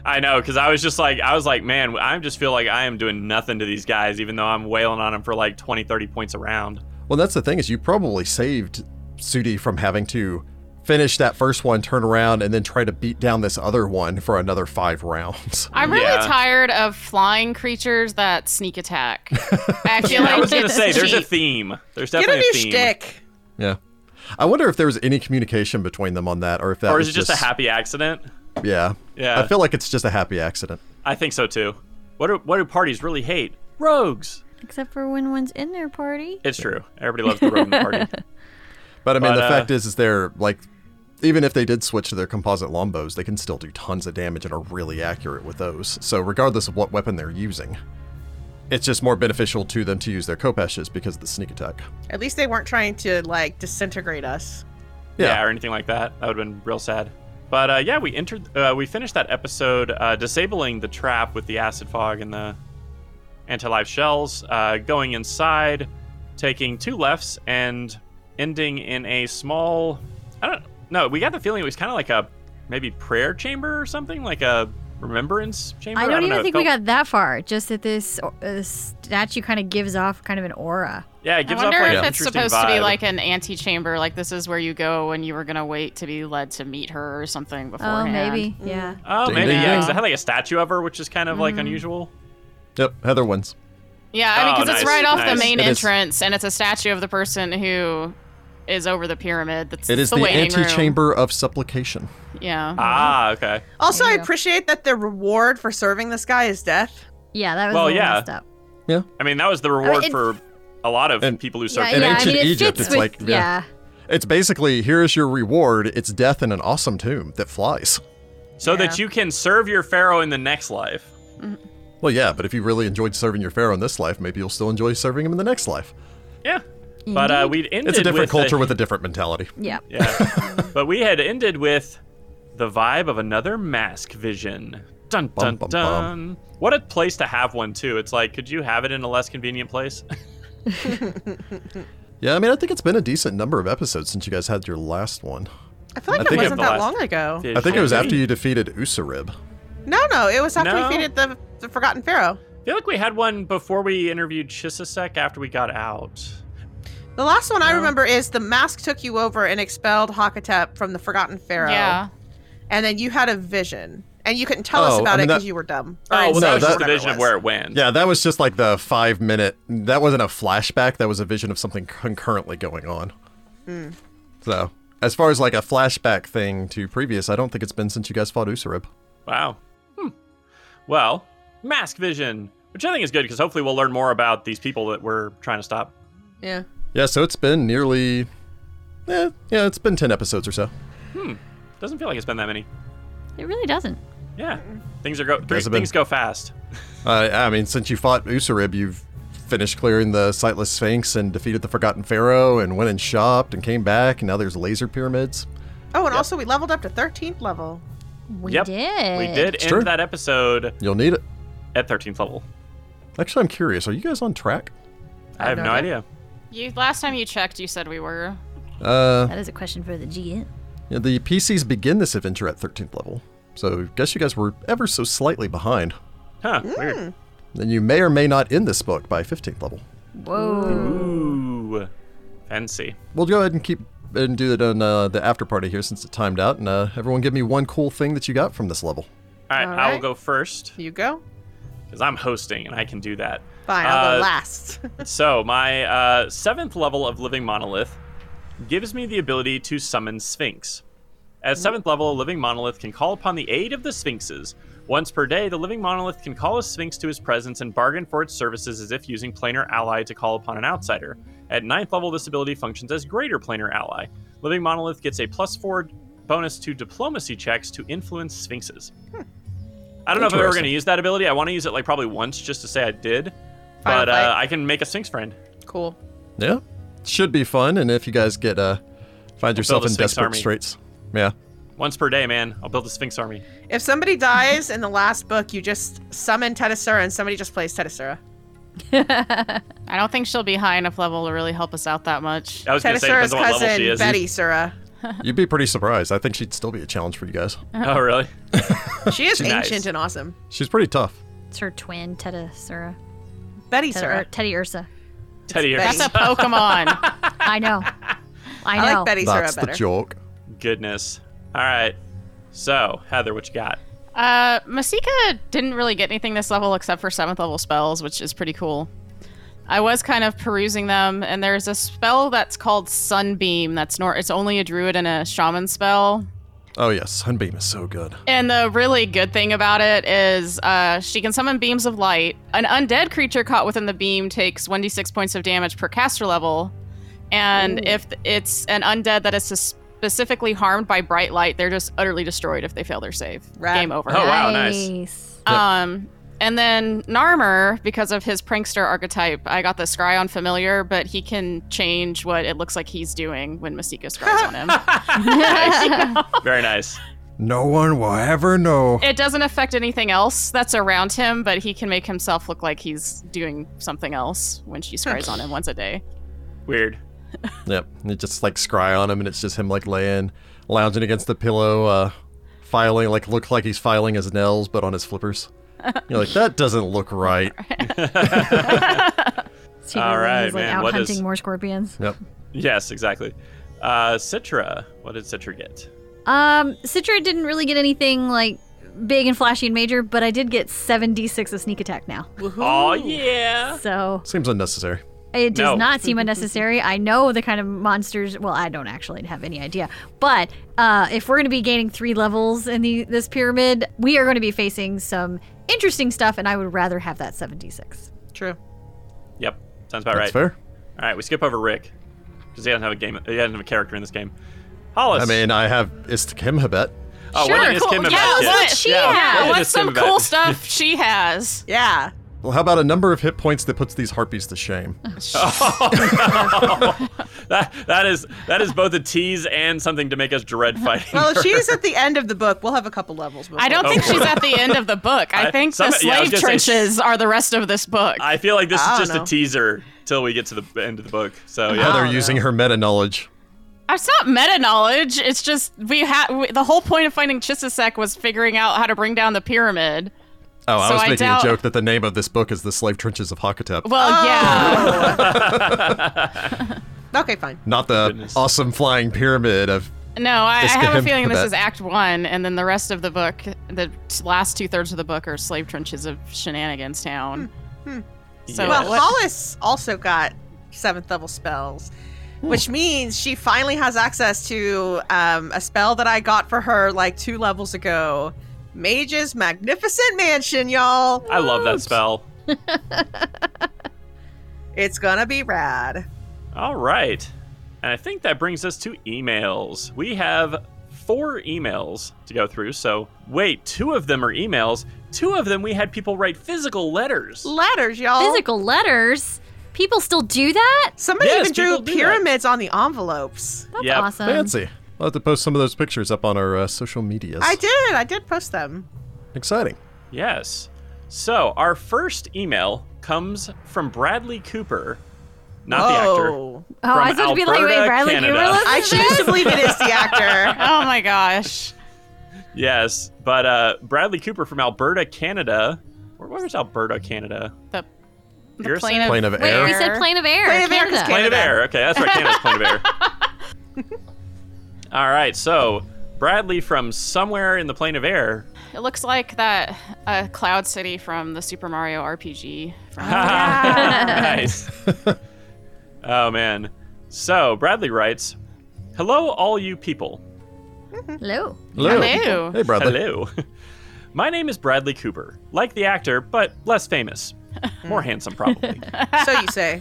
Speaker 1: I know because I was just like I was like, man, I just feel like I am doing nothing to these guys, even though I'm wailing on them for like 20, 30 points around.
Speaker 3: Well, that's the thing is you probably saved Sudi from having to finish that first one, turn around, and then try to beat down this other one for another five rounds. [LAUGHS]
Speaker 5: I'm really
Speaker 1: Yeah.
Speaker 5: tired of flying creatures that
Speaker 3: [LAUGHS]
Speaker 5: sneak attack. I feel like
Speaker 1: I was gonna
Speaker 5: it's
Speaker 1: say there's a
Speaker 5: cheap.
Speaker 1: theme. There's
Speaker 2: Get a
Speaker 1: definitely
Speaker 2: new
Speaker 1: theme.
Speaker 2: shtick.
Speaker 3: Yeah. I wonder if there was any communication between them on that, or if that
Speaker 1: Or
Speaker 3: was
Speaker 1: is it just a happy accident?
Speaker 3: Yeah.
Speaker 1: Yeah.
Speaker 3: I feel like it's just a happy accident.
Speaker 1: I think so too. What do what do parties really hate? Rogues.
Speaker 4: Except for when one's in their party.
Speaker 1: It's true. Everybody loves the rogue in the party.
Speaker 2: [LAUGHS]
Speaker 3: But I mean,
Speaker 1: But,
Speaker 3: the
Speaker 1: uh,
Speaker 3: fact is, is they're like, even if they did switch to their composite longbows, they can still do tons of damage and are really accurate with those. So regardless of what weapon they're using, it's just more beneficial to them to use their kopeshes because of the sneak attack.
Speaker 2: At least they weren't trying to like disintegrate us.
Speaker 1: yeah.
Speaker 3: Yeah.
Speaker 1: or anything like that. That would have been real sad. But uh, yeah, we entered. Uh, we finished that episode uh, disabling the trap with the acid fog and the anti-life shells. Uh, going inside, taking two lefts, and ending in a small. I don't know. We got the feeling it was kind of like a maybe prayer chamber or something, like a remembrance chamber.
Speaker 4: I don't, even
Speaker 1: know, it
Speaker 4: think we
Speaker 1: felt-
Speaker 4: got that far. Just that this uh, statue kind of gives off kind of an aura.
Speaker 1: Yeah, it
Speaker 5: I
Speaker 1: gives
Speaker 5: wonder
Speaker 1: off like
Speaker 5: if
Speaker 1: an
Speaker 5: it's
Speaker 1: interesting
Speaker 5: supposed to be
Speaker 1: vibe.
Speaker 5: like an antechamber, like this is where you go when you were gonna wait to be led to meet her or something beforehand.
Speaker 4: Oh, maybe. Yeah.
Speaker 1: Oh,
Speaker 3: Ding,
Speaker 1: maybe
Speaker 3: ding,
Speaker 1: yeah.
Speaker 3: ding. Mm-hmm.
Speaker 1: 'cause It had like a statue of her, which is kind of
Speaker 5: Mm-hmm.
Speaker 1: like unusual.
Speaker 3: Yep. Heather wins.
Speaker 5: Yeah, I mean,
Speaker 1: Oh,
Speaker 5: because it's
Speaker 1: nice,
Speaker 5: right off
Speaker 1: nice.
Speaker 5: the main
Speaker 3: It is-
Speaker 5: entrance, and it's a statue of the person who is over the pyramid. That's
Speaker 3: It is
Speaker 5: the,
Speaker 3: the,
Speaker 5: waiting room.
Speaker 3: antechamber of supplication.
Speaker 5: Yeah.
Speaker 1: Ah, okay.
Speaker 2: Also, I
Speaker 4: Yeah.
Speaker 2: appreciate that the reward for serving this guy is death.
Speaker 4: Yeah, that was
Speaker 1: Well,
Speaker 4: a little
Speaker 1: yeah.
Speaker 4: messed up.
Speaker 3: Yeah.
Speaker 1: I mean, that was the reward
Speaker 4: it-
Speaker 1: for a lot of
Speaker 3: And-
Speaker 1: people who
Speaker 4: Yeah,
Speaker 1: served.
Speaker 4: yeah,
Speaker 3: In
Speaker 4: I
Speaker 3: ancient
Speaker 4: mean, it
Speaker 3: Egypt, it's
Speaker 4: fits with,
Speaker 3: like, yeah. It's basically here is your reward. It's death in an awesome tomb that flies.
Speaker 1: so
Speaker 2: Yeah.
Speaker 1: that you can serve your pharaoh in the next life.
Speaker 3: Well, yeah, but if you really enjoyed serving your pharaoh in this life, maybe you'll still enjoy serving him in the next life.
Speaker 1: Yeah, but uh, we'd ended
Speaker 3: It's a different
Speaker 1: with
Speaker 3: culture
Speaker 1: a,
Speaker 3: with a different mentality.
Speaker 4: yeah. yeah.
Speaker 1: [LAUGHS]
Speaker 3: [LAUGHS]
Speaker 1: yeah, but we had ended with the vibe of another mask vision. Dun dun
Speaker 3: Bum, bum,
Speaker 1: dun.
Speaker 3: bum.
Speaker 1: What a place to have one too. It's like, could you have it in a less convenient place?
Speaker 3: Yeah, I mean, I think it's been a decent number of episodes since you guys had your last one.
Speaker 2: I feel like
Speaker 3: I
Speaker 2: it
Speaker 3: think
Speaker 2: wasn't
Speaker 1: it-
Speaker 2: that
Speaker 1: [LAUGHS]
Speaker 2: long ago.
Speaker 3: I think it was after you defeated Usarib.
Speaker 2: No, no, it was after
Speaker 1: No.
Speaker 2: we defeated the, the Forgotten Pharaoh.
Speaker 1: I feel like we had one before we interviewed Chisisek after we got out.
Speaker 2: The last one I remember is the mask took you over and expelled Hakatep from the Forgotten Pharaoh.
Speaker 5: Yeah.
Speaker 2: And then you had a vision. And you couldn't tell
Speaker 3: Oh,
Speaker 2: us about
Speaker 3: I mean,
Speaker 2: it because
Speaker 3: that-
Speaker 2: you were dumb. Or
Speaker 1: Oh, well,
Speaker 2: insane
Speaker 1: that
Speaker 2: or
Speaker 1: was just the
Speaker 2: whatever it
Speaker 1: vision of
Speaker 2: was.
Speaker 1: where it went.
Speaker 3: Yeah, that was just like the five minute. That wasn't a flashback. That was a vision of something concurrently going on. So, as far as like a flashback thing to previous, I don't think it's been since you guys fought Usarib.
Speaker 1: Wow. Hmm. Well, mask vision, which I think is good because hopefully we'll learn more about these people that we're trying to stop.
Speaker 2: Yeah.
Speaker 3: Yeah, so it's been nearly. Eh, yeah, it's been 10 episodes or so.
Speaker 1: Doesn't feel like it's been that many.
Speaker 4: It really doesn't.
Speaker 1: Yeah, things are go. Three,
Speaker 3: Has it been-
Speaker 1: things go fast.
Speaker 3: Uh, I mean, since you fought Usarib, you've finished clearing the Sightless Sphinx and defeated the Forgotten Pharaoh and went and shopped and came back, and now there's laser pyramids.
Speaker 2: Oh, and also we leveled up to 13th level.
Speaker 4: We
Speaker 1: Yep,
Speaker 4: did.
Speaker 1: We did end
Speaker 3: true.
Speaker 1: that episode
Speaker 3: You'll need it.
Speaker 1: at 13th level.
Speaker 3: Actually, I'm curious. Are you guys on track?
Speaker 1: I have no idea.
Speaker 5: You last time you checked, you said we were.
Speaker 3: Uh,
Speaker 4: That is a question for the GM.
Speaker 3: yeah, the PCs begin this adventure at 13th level, so guess you guys were ever so slightly behind.
Speaker 1: Huh? Weird.
Speaker 3: Then you may or may not end this book by 15th level.
Speaker 4: Whoa.
Speaker 1: Ooh, fancy.
Speaker 3: We'll go ahead and keep and do it on uh, the after party here since it timed out, and uh, everyone give me one cool thing that you got from this level.
Speaker 1: All right,
Speaker 2: All
Speaker 1: I will
Speaker 2: right.
Speaker 1: go first
Speaker 2: You go?
Speaker 1: because I'm hosting and I can do that.
Speaker 2: Fine, I'll
Speaker 1: Uh,
Speaker 2: go last. [LAUGHS]
Speaker 1: So, my uh, seventh level of Living Monolith gives me the ability to summon Sphinx. At seventh level, a Living Monolith can call upon the aid of the Sphinxes. Once per day, the Living Monolith can call a Sphinx to his presence and bargain for its services as if using Planar Ally to call upon an outsider. At ninth level, this ability functions as Greater Planar Ally. Living Monolith gets a plus four bonus to diplomacy checks to influence Sphinxes. I don't know if I'm ever
Speaker 3: Interesting.
Speaker 1: going to use that ability. I want to use it like probably once just to say I did,
Speaker 2: Final
Speaker 1: but uh,
Speaker 2: fight.
Speaker 1: I can make a Sphinx friend.
Speaker 2: cool.
Speaker 3: Yeah, should be fun. And if you guys get uh, find yourself
Speaker 1: build a
Speaker 3: in
Speaker 1: Sphinx
Speaker 3: desperate
Speaker 1: army.
Speaker 3: straits, yeah,
Speaker 1: Once per day, man. I'll build a Sphinx army.
Speaker 2: If somebody dies in the last book, you just summon Tedasura and somebody just plays Tedasura.
Speaker 5: I don't think she'll be high enough level to really help us out that much.
Speaker 1: I was going to say, it
Speaker 2: Tedasura's
Speaker 1: depends on what level she
Speaker 2: cousin,
Speaker 1: is.
Speaker 2: Betty Sura.
Speaker 3: you'd be pretty surprised. I think she'd still be a challenge for you guys.
Speaker 1: [LAUGHS] Oh, really?
Speaker 2: She
Speaker 1: [LAUGHS]
Speaker 2: is
Speaker 1: Nice.
Speaker 2: ancient and awesome.
Speaker 3: She's pretty tough.
Speaker 4: It's her twin, Teddy Sura.
Speaker 2: Betty
Speaker 4: Teddy,
Speaker 2: Sura.
Speaker 4: Ur- Teddy Ursa.
Speaker 1: Teddy,
Speaker 2: Betty.
Speaker 5: That's a
Speaker 1: [LAUGHS]
Speaker 5: Pokemon.
Speaker 4: I know. I know.
Speaker 2: I like Betty Sura
Speaker 3: That's the
Speaker 2: better.
Speaker 3: joke.
Speaker 1: goodness. All right. So, Heather, what you
Speaker 5: [LAUGHS]
Speaker 1: got?
Speaker 5: uh, Masika didn't really get anything this level except for seventh level spells, which is pretty cool. I was kind of perusing them, and there's a spell that's called Sunbeam. That's nor- it's only a druid and a shaman spell.
Speaker 3: Oh yes, sunbeam is so good.
Speaker 5: And the really good thing about it is uh, she can summon beams of light. An undead creature caught within the beam takes 1d6 points of damage per caster level. And if it's an undead that is sus- specifically harmed by bright light, they're just utterly destroyed if they fail their save.
Speaker 2: Rad.
Speaker 5: Game over.
Speaker 1: Oh, wow, nice.
Speaker 4: nice.
Speaker 5: Um, and then Narmer, because of his prankster archetype, I got the scry on familiar, but he can change what it looks like he's doing when Masika scries on [LAUGHS] him.
Speaker 1: Very nice.
Speaker 3: No one will ever know.
Speaker 5: It doesn't affect anything else that's around him, but he can make himself look like he's doing something else when she scries on him once a day.
Speaker 1: Weird.
Speaker 3: Yep. And you just like scry on him, and it's just him like laying, lounging against the pillow, uh, filing like look like he's filing his nails, but on his
Speaker 5: [LAUGHS]
Speaker 3: flippers. You're like that doesn't look right.
Speaker 4: Stevie
Speaker 1: All
Speaker 4: Wonder
Speaker 1: right,
Speaker 4: is, like
Speaker 1: man,
Speaker 4: out
Speaker 1: what
Speaker 4: hunting
Speaker 1: is-
Speaker 4: more scorpions.
Speaker 3: Yep.
Speaker 1: Yes, exactly. Uh, Citra. What did Citra get?
Speaker 4: Um, Citra didn't really get anything like big and flashy and major, but I did get seven d six of sneak attack now.
Speaker 1: Oh yeah.
Speaker 4: So
Speaker 3: Seems unnecessary.
Speaker 4: it does
Speaker 1: No.
Speaker 4: not seem unnecessary. I know the kind of monsters. Well, I don't actually have any idea, but uh, if we're going to be gaining three levels in the this pyramid, we are going to be facing some interesting stuff, and I would rather have that seven d six.
Speaker 2: True.
Speaker 1: Yep. Sounds about
Speaker 3: That's
Speaker 1: right.
Speaker 3: fair.
Speaker 1: All right, we skip over Rick because he doesn't have a game. He doesn't have a character in this game. Hollis.
Speaker 3: I mean, I have Istkimhabet.
Speaker 1: oh, what
Speaker 5: sure,
Speaker 1: did
Speaker 5: cool.
Speaker 1: Kim
Speaker 5: Yeah,
Speaker 1: Abad get?
Speaker 5: what she
Speaker 1: what
Speaker 5: Yeah,
Speaker 1: did
Speaker 5: what's some
Speaker 1: Kim Abad-
Speaker 5: cool stuff she has?
Speaker 2: Yeah.
Speaker 3: Well, how about a number of hit points that puts these harpies to
Speaker 5: [LAUGHS]
Speaker 3: shame?
Speaker 1: That, that is that is both a tease and something to make us
Speaker 2: [LAUGHS]
Speaker 1: dread fighting.
Speaker 2: Well,
Speaker 1: her.
Speaker 2: if she's at the end of the book, we'll have a couple levels. before
Speaker 5: I don't
Speaker 1: Oh,
Speaker 5: think she's
Speaker 1: cool.
Speaker 5: at the end of the book.
Speaker 1: [LAUGHS]
Speaker 5: I,
Speaker 1: I-
Speaker 5: think
Speaker 1: some-
Speaker 5: the
Speaker 1: yeah, I was
Speaker 5: slave
Speaker 1: gonna say-
Speaker 5: trenches are the rest of this book.
Speaker 1: I feel like this
Speaker 2: I
Speaker 1: is
Speaker 2: don't
Speaker 1: just
Speaker 2: know. Uh-huh.
Speaker 1: a teaser till we get to the end of the book. So yeah,
Speaker 3: Yeah, they're
Speaker 5: Oh,
Speaker 2: no.
Speaker 3: using her meta knowledge.
Speaker 5: It's not meta knowledge. It's just we had the whole point of finding Chisisek was figuring out how to bring down the pyramid.
Speaker 3: Oh, I
Speaker 5: So
Speaker 3: was
Speaker 5: I
Speaker 3: making
Speaker 5: doubt-
Speaker 3: a joke that the name of this book is The Slave Trenches of Hakatep.
Speaker 5: Well, yeah,
Speaker 2: Okay, fine.
Speaker 3: not the
Speaker 1: Goodness.
Speaker 3: awesome flying pyramid of
Speaker 5: no, I, I
Speaker 3: Just
Speaker 5: have a
Speaker 3: him
Speaker 5: feeling
Speaker 3: for
Speaker 5: this
Speaker 3: that.
Speaker 5: is Act One, and then the rest of the book, the t- last two thirds of the book, are slave trenches of Shenanigans Town. So
Speaker 1: Yes.
Speaker 2: Well,
Speaker 5: what-
Speaker 2: Hollis also got seventh level spells, which means she finally has access to um, a spell that I got for her like two levels ago. Mage's Magnificent Mansion, y'all.
Speaker 1: I love that spell.
Speaker 2: It's gonna be rad.
Speaker 1: All right, and I think that brings us to emails. We have four emails to go through. So wait, two of them are emails. Two of them we had people write physical letters.
Speaker 2: Letters, y'all.
Speaker 1: Oh.
Speaker 4: Physical letters. People still do that.
Speaker 2: Somebody
Speaker 1: Yes,
Speaker 2: even drew
Speaker 1: people do that.
Speaker 2: pyramids on the envelopes.
Speaker 4: That's
Speaker 1: Yep.
Speaker 5: Um,
Speaker 4: awesome.
Speaker 3: fancy. I'll have to post some of those pictures up on our uh, social medias.
Speaker 2: I did. I did post them.
Speaker 3: Exciting.
Speaker 1: Yes. So our first email comes from Bradley Cooper, not
Speaker 2: Oh,
Speaker 4: Oh, I was
Speaker 1: From
Speaker 4: going to be like, wait,
Speaker 1: Alberta,
Speaker 4: Bradley
Speaker 1: Canada.
Speaker 4: Cooper lives
Speaker 2: I
Speaker 4: in this?
Speaker 2: choose to believe it is the
Speaker 4: [LAUGHS]
Speaker 2: actor.
Speaker 5: oh my gosh,
Speaker 1: the actor. Yes, but uh, Bradley Cooper from Alberta, Canada. Where, where is Alberta, Canada?
Speaker 5: the, the
Speaker 1: You're
Speaker 5: plane
Speaker 1: saying-
Speaker 5: of,
Speaker 3: Plane of
Speaker 4: Wait,
Speaker 3: air.
Speaker 4: we said plane of air.
Speaker 2: Plane of air is
Speaker 4: Canada.
Speaker 1: Plane of
Speaker 2: Canada.
Speaker 1: air. Okay, that's right. Canada's plane of air. All right. So Bradley from somewhere in the plane of air.
Speaker 5: It looks like that uh, cloud city from the Super Mario RPG.
Speaker 1: [LAUGHS]
Speaker 5: From-
Speaker 1: nice. oh man. So Bradley writes, "Hello, all you people.
Speaker 4: Hello. [LAUGHS]
Speaker 3: Hello.
Speaker 5: Hello.
Speaker 3: Hey, brother.
Speaker 1: Hello. [LAUGHS] My name is Bradley Cooper, like the actor, but less famous, more handsome probably."
Speaker 2: So you say.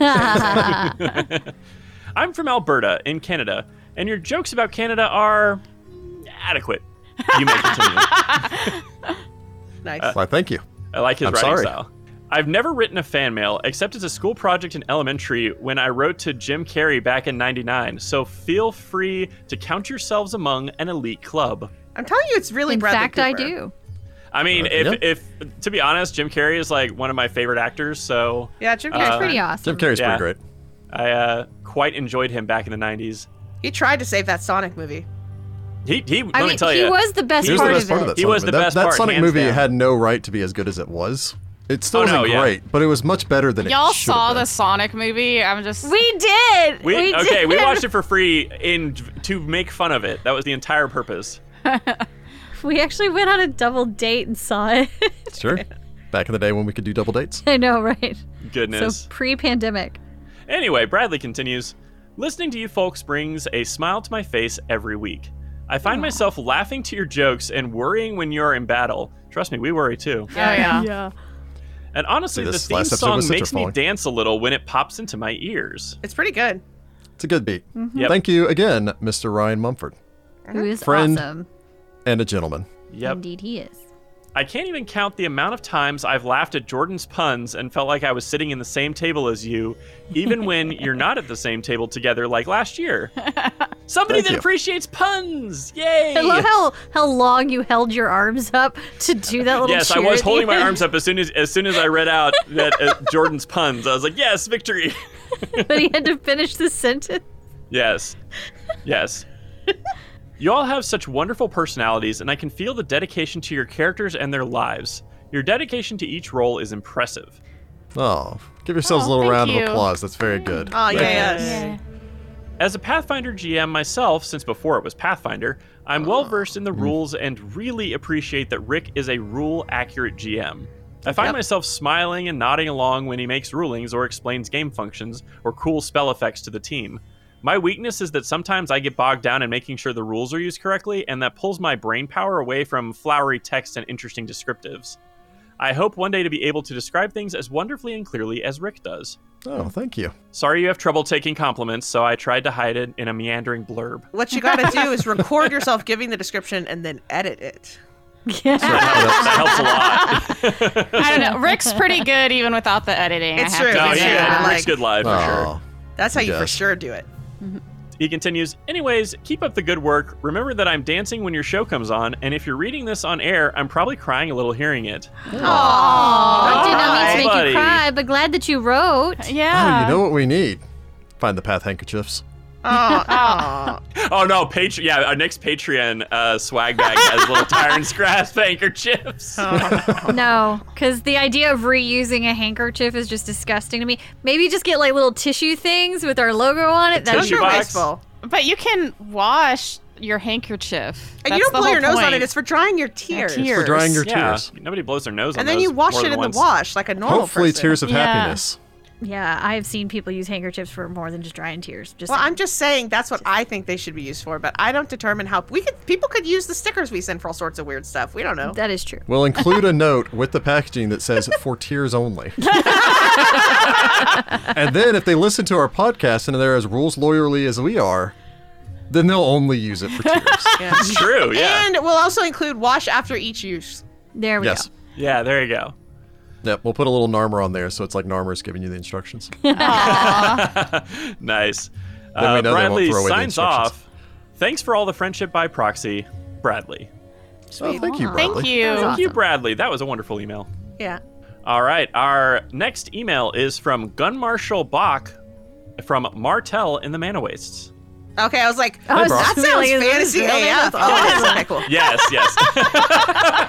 Speaker 1: I'm from Alberta in Canada, and your jokes about Canada are adequate. You may continue.
Speaker 2: Nice.
Speaker 3: Why, thank you.
Speaker 1: I like his
Speaker 3: I'm
Speaker 1: writing
Speaker 3: sorry.
Speaker 1: style. I've never written a fan mail except as a school project in elementary when I wrote to Jim Carrey back in 99. So feel free to count yourselves among an elite club.
Speaker 2: I'm telling you, it's really
Speaker 4: In
Speaker 2: Bradley
Speaker 4: fact, I
Speaker 2: Cooper.
Speaker 4: do.
Speaker 1: I mean,
Speaker 3: Uh,
Speaker 1: if,
Speaker 3: yeah.
Speaker 1: if to be honest, Jim Carrey is like one of my favorite actors, so
Speaker 2: Yeah, Jim
Speaker 1: Uh,
Speaker 2: Carrey's pretty
Speaker 4: Pretty awesome.
Speaker 3: Jim Carrey's
Speaker 1: Yeah.
Speaker 3: pretty great.
Speaker 1: I uh, quite enjoyed him back in the 90s.
Speaker 2: He tried to save that Sonic movie.
Speaker 1: He, he let
Speaker 4: I
Speaker 1: me
Speaker 4: mean,
Speaker 1: tell
Speaker 4: he
Speaker 1: you,
Speaker 4: was the best
Speaker 1: He
Speaker 3: He was
Speaker 4: part
Speaker 3: the best
Speaker 4: of
Speaker 3: part
Speaker 4: it.
Speaker 3: of that.
Speaker 1: He
Speaker 3: Sonic
Speaker 1: was the
Speaker 3: movie. that,
Speaker 1: best
Speaker 3: that
Speaker 1: part,
Speaker 3: Sonic
Speaker 1: hands
Speaker 3: movie
Speaker 1: down.
Speaker 3: had no right to be as good as it was. It still
Speaker 1: Oh,
Speaker 3: wasn't
Speaker 1: no, yeah.
Speaker 3: great, but it was much better than
Speaker 5: Y'all
Speaker 3: it should have
Speaker 5: saw
Speaker 3: been.
Speaker 5: the Sonic movie. I'm just
Speaker 4: We did.
Speaker 1: we, okay,
Speaker 4: did. [LAUGHS]
Speaker 1: we watched it for free in to make fun of it. That was the entire purpose.
Speaker 4: We actually went on a double date and saw it.
Speaker 3: [LAUGHS]
Speaker 4: [LAUGHS]
Speaker 3: Sure. Back in the day when we could do double dates.
Speaker 4: I know, right?
Speaker 1: Goodness.
Speaker 4: So pre-pandemic.
Speaker 1: Anyway, Bradley continues Listening to you folks brings a smile to my face every week. I find myself laughing to your jokes and worrying when you're in battle. Trust me, we worry too.
Speaker 5: Oh yeah.
Speaker 6: yeah.
Speaker 1: And honestly,
Speaker 3: See,
Speaker 1: the
Speaker 3: this
Speaker 1: theme
Speaker 3: last episode was
Speaker 1: song
Speaker 3: such a
Speaker 1: makes me
Speaker 3: falling.
Speaker 1: dance a little when it pops into my ears.
Speaker 2: It's pretty good.
Speaker 3: It's a good beat.
Speaker 1: Yep.
Speaker 3: Thank you again, Mr. Ryan Mumford,
Speaker 4: Who is
Speaker 3: Friend.
Speaker 4: awesome.
Speaker 3: and a gentleman.
Speaker 1: Yep.
Speaker 4: Indeed, he is.
Speaker 1: I can't even count the amount of times I've laughed at Jordan's puns and felt like I was sitting in the same table as you,
Speaker 4: [LAUGHS]
Speaker 1: even when you're not at the same table together like last year. Somebody
Speaker 3: Thank
Speaker 1: that
Speaker 3: you.
Speaker 1: appreciates puns! Yay!
Speaker 4: I love how how long you held your arms up to do that little.
Speaker 1: yes, I
Speaker 4: cheer
Speaker 1: was
Speaker 4: at the
Speaker 1: holding my
Speaker 4: end.
Speaker 1: arms up as soon as as soon as I read out that uh, Jordan's puns. I was like, "Yes, victory!"
Speaker 4: [LAUGHS]
Speaker 1: [LAUGHS]
Speaker 4: but he had to finish the sentence.
Speaker 1: Yes. Yes. you all have such wonderful personalities, and I can feel the dedication to your characters and their lives. Your dedication to each role is impressive.
Speaker 3: Oh, give yourselves
Speaker 5: Oh,
Speaker 3: a little
Speaker 5: thank
Speaker 3: round
Speaker 5: you.
Speaker 3: of applause. That's very good.
Speaker 2: Oh
Speaker 3: Thank
Speaker 2: yes.
Speaker 1: As a Pathfinder GM myself, since before it was Pathfinder, I'm well versed in the rules and really appreciate that Rick is a rule accurate GM. I find myself smiling and nodding along when he makes rulings or explains game functions or cool spell effects to the team. My weakness is that sometimes I get bogged down in making sure the rules are used correctly, and that pulls my brain power away from flowery text and interesting descriptives. I hope one day to be able to describe things as wonderfully and clearly as Rick does.
Speaker 3: you. Oh, thank you.
Speaker 1: Sorry you have trouble taking compliments, so I tried to hide it in a meandering blurb.
Speaker 2: What you gotta do is record yourself giving the description and then edit it.
Speaker 1: [LAUGHS] That helps a lot.
Speaker 5: I don't know. Rick's pretty good even without the editing.
Speaker 2: It's
Speaker 5: I have
Speaker 2: true.
Speaker 1: No,
Speaker 5: To
Speaker 1: he
Speaker 2: Yeah.
Speaker 5: say.
Speaker 1: Oh, yeah,
Speaker 2: like-
Speaker 1: Rick's good live for sure.
Speaker 3: Oh,
Speaker 2: That's how you for
Speaker 3: Yes.
Speaker 2: sure do it.
Speaker 1: He continues, anyways, keep up the good work. Remember that I'm dancing when your show comes on, and if you're reading this on air, I'm probably crying a little hearing it.
Speaker 4: I did not mean to
Speaker 1: Hi,
Speaker 4: make
Speaker 1: buddy.
Speaker 4: you cry, but glad that you wrote. [LAUGHS]
Speaker 5: Yeah.
Speaker 3: you know what we need? Find the path handkerchiefs.
Speaker 2: Oh, oh.
Speaker 1: [GASPS] Oh no, Patreon. Yeah, our next Patreon uh, swag bag has [LAUGHS] little Tyrant's grasp handkerchiefs.
Speaker 4: No, because the idea of reusing a handkerchief is just disgusting to me. Maybe just get like little tissue things with our logo on it. That would
Speaker 1: tissue
Speaker 4: be
Speaker 2: You're
Speaker 1: box.
Speaker 2: wasteful.
Speaker 5: But you can wash your handkerchief.
Speaker 2: And
Speaker 5: That's
Speaker 2: you don't
Speaker 5: the
Speaker 2: blow
Speaker 5: whole
Speaker 2: your nose on
Speaker 5: point.
Speaker 2: it. It's for drying your tears.
Speaker 5: tears.
Speaker 3: For drying your
Speaker 1: yeah, Oh,
Speaker 3: tears.
Speaker 1: nobody blows their nose on
Speaker 2: And then
Speaker 1: those
Speaker 2: you wash
Speaker 1: more
Speaker 2: it
Speaker 1: than
Speaker 2: in
Speaker 1: once.
Speaker 2: the wash like a normal
Speaker 3: Hopefully,
Speaker 2: person.
Speaker 3: tears of
Speaker 5: Yeah.
Speaker 3: happiness.
Speaker 4: Yeah, I have seen people use handkerchiefs for more than just drying tears. Just
Speaker 2: Well,
Speaker 4: saying.
Speaker 2: I'm just saying that's what I think they should be used for, but I don't determine how we could people could use the stickers we send for all sorts of weird stuff. We don't know.
Speaker 4: that is true.
Speaker 3: We'll include a note with the packaging that says "for tears
Speaker 1: [LAUGHS]
Speaker 3: only." and then, if they listen to our podcast and they're as rules lawyerly as we are, then they'll only
Speaker 1: [LAUGHS]
Speaker 3: use it for tears.
Speaker 1: It's true,
Speaker 2: [LAUGHS]
Speaker 1: yeah.
Speaker 2: And we'll also include wash after each use.
Speaker 4: There we
Speaker 3: yes.
Speaker 4: go.
Speaker 1: yeah, there you go.
Speaker 3: Yep. We'll put a little Narmer on there, so it's like Narmer's giving you the instructions.
Speaker 1: Nice.
Speaker 3: we
Speaker 1: Uh,
Speaker 3: know they won't
Speaker 1: Bradley
Speaker 3: throw away the
Speaker 1: signs
Speaker 3: instructions.
Speaker 1: off. Thanks for all the friendship by proxy, Bradley.
Speaker 3: Oh, thank you,
Speaker 4: Aw.
Speaker 3: Bradley.
Speaker 5: Thank you.
Speaker 4: That was
Speaker 1: Thank you,
Speaker 4: Awesome.
Speaker 1: Bradley. That was a wonderful email.
Speaker 2: Yeah.
Speaker 1: All right. Our next email is from Gun Marshal Bach from Martell in the Mana Wastes.
Speaker 2: Okay, I was like,
Speaker 4: I was
Speaker 2: that
Speaker 4: just
Speaker 2: sounds
Speaker 4: really-
Speaker 2: fantasy
Speaker 4: really-
Speaker 2: AF. [LAUGHS] Oh, it is. Okay, cool.
Speaker 1: Yes, yes.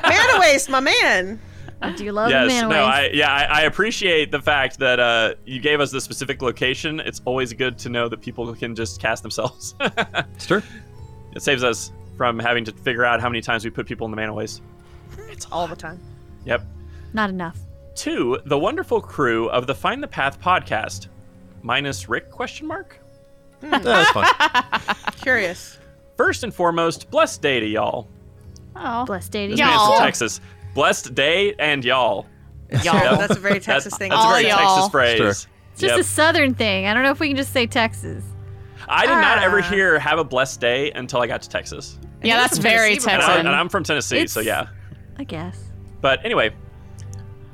Speaker 2: Man waste, my man.
Speaker 4: I do love
Speaker 1: yes.
Speaker 4: man
Speaker 1: No,
Speaker 4: waves.
Speaker 1: I, yeah, I, I appreciate the fact that uh, you gave us the specific location. It's always good to know that people can just cast themselves. [LAUGHS]
Speaker 3: Sure.
Speaker 1: Hmm. it saves us from having to figure out how many times we put people in the Mana Waste.
Speaker 2: It's all the time.
Speaker 1: Yep.
Speaker 4: Not enough.
Speaker 1: to the wonderful crew of the Find the Path podcast, minus Rick question mark.
Speaker 3: That's fine.
Speaker 2: Curious.
Speaker 1: First and foremost, blessed day to y'all.
Speaker 5: Oh.
Speaker 4: Blessed day to
Speaker 1: This
Speaker 4: you.
Speaker 1: man's
Speaker 5: Y'all.
Speaker 1: from Texas. Blessed day and y'all.
Speaker 2: Sure,
Speaker 1: Yep.
Speaker 2: that's a very
Speaker 1: That-
Speaker 2: Texas thing.
Speaker 1: That's a
Speaker 5: All
Speaker 1: very
Speaker 5: y'all.
Speaker 1: Texas phrase.
Speaker 4: It's just
Speaker 1: Yep.
Speaker 4: a southern thing. I don't know if we can just say Texas.
Speaker 1: I did not ever
Speaker 2: Ah.
Speaker 1: hear "Have a blessed day" until I got to Texas,
Speaker 5: Yeah, that's very
Speaker 2: Tennessee, by
Speaker 1: and,
Speaker 2: the
Speaker 1: I,
Speaker 2: way.
Speaker 5: Texan.
Speaker 1: and I'm from Tennessee, so
Speaker 4: It's-
Speaker 1: yeah.
Speaker 4: I guess.
Speaker 1: But anyway,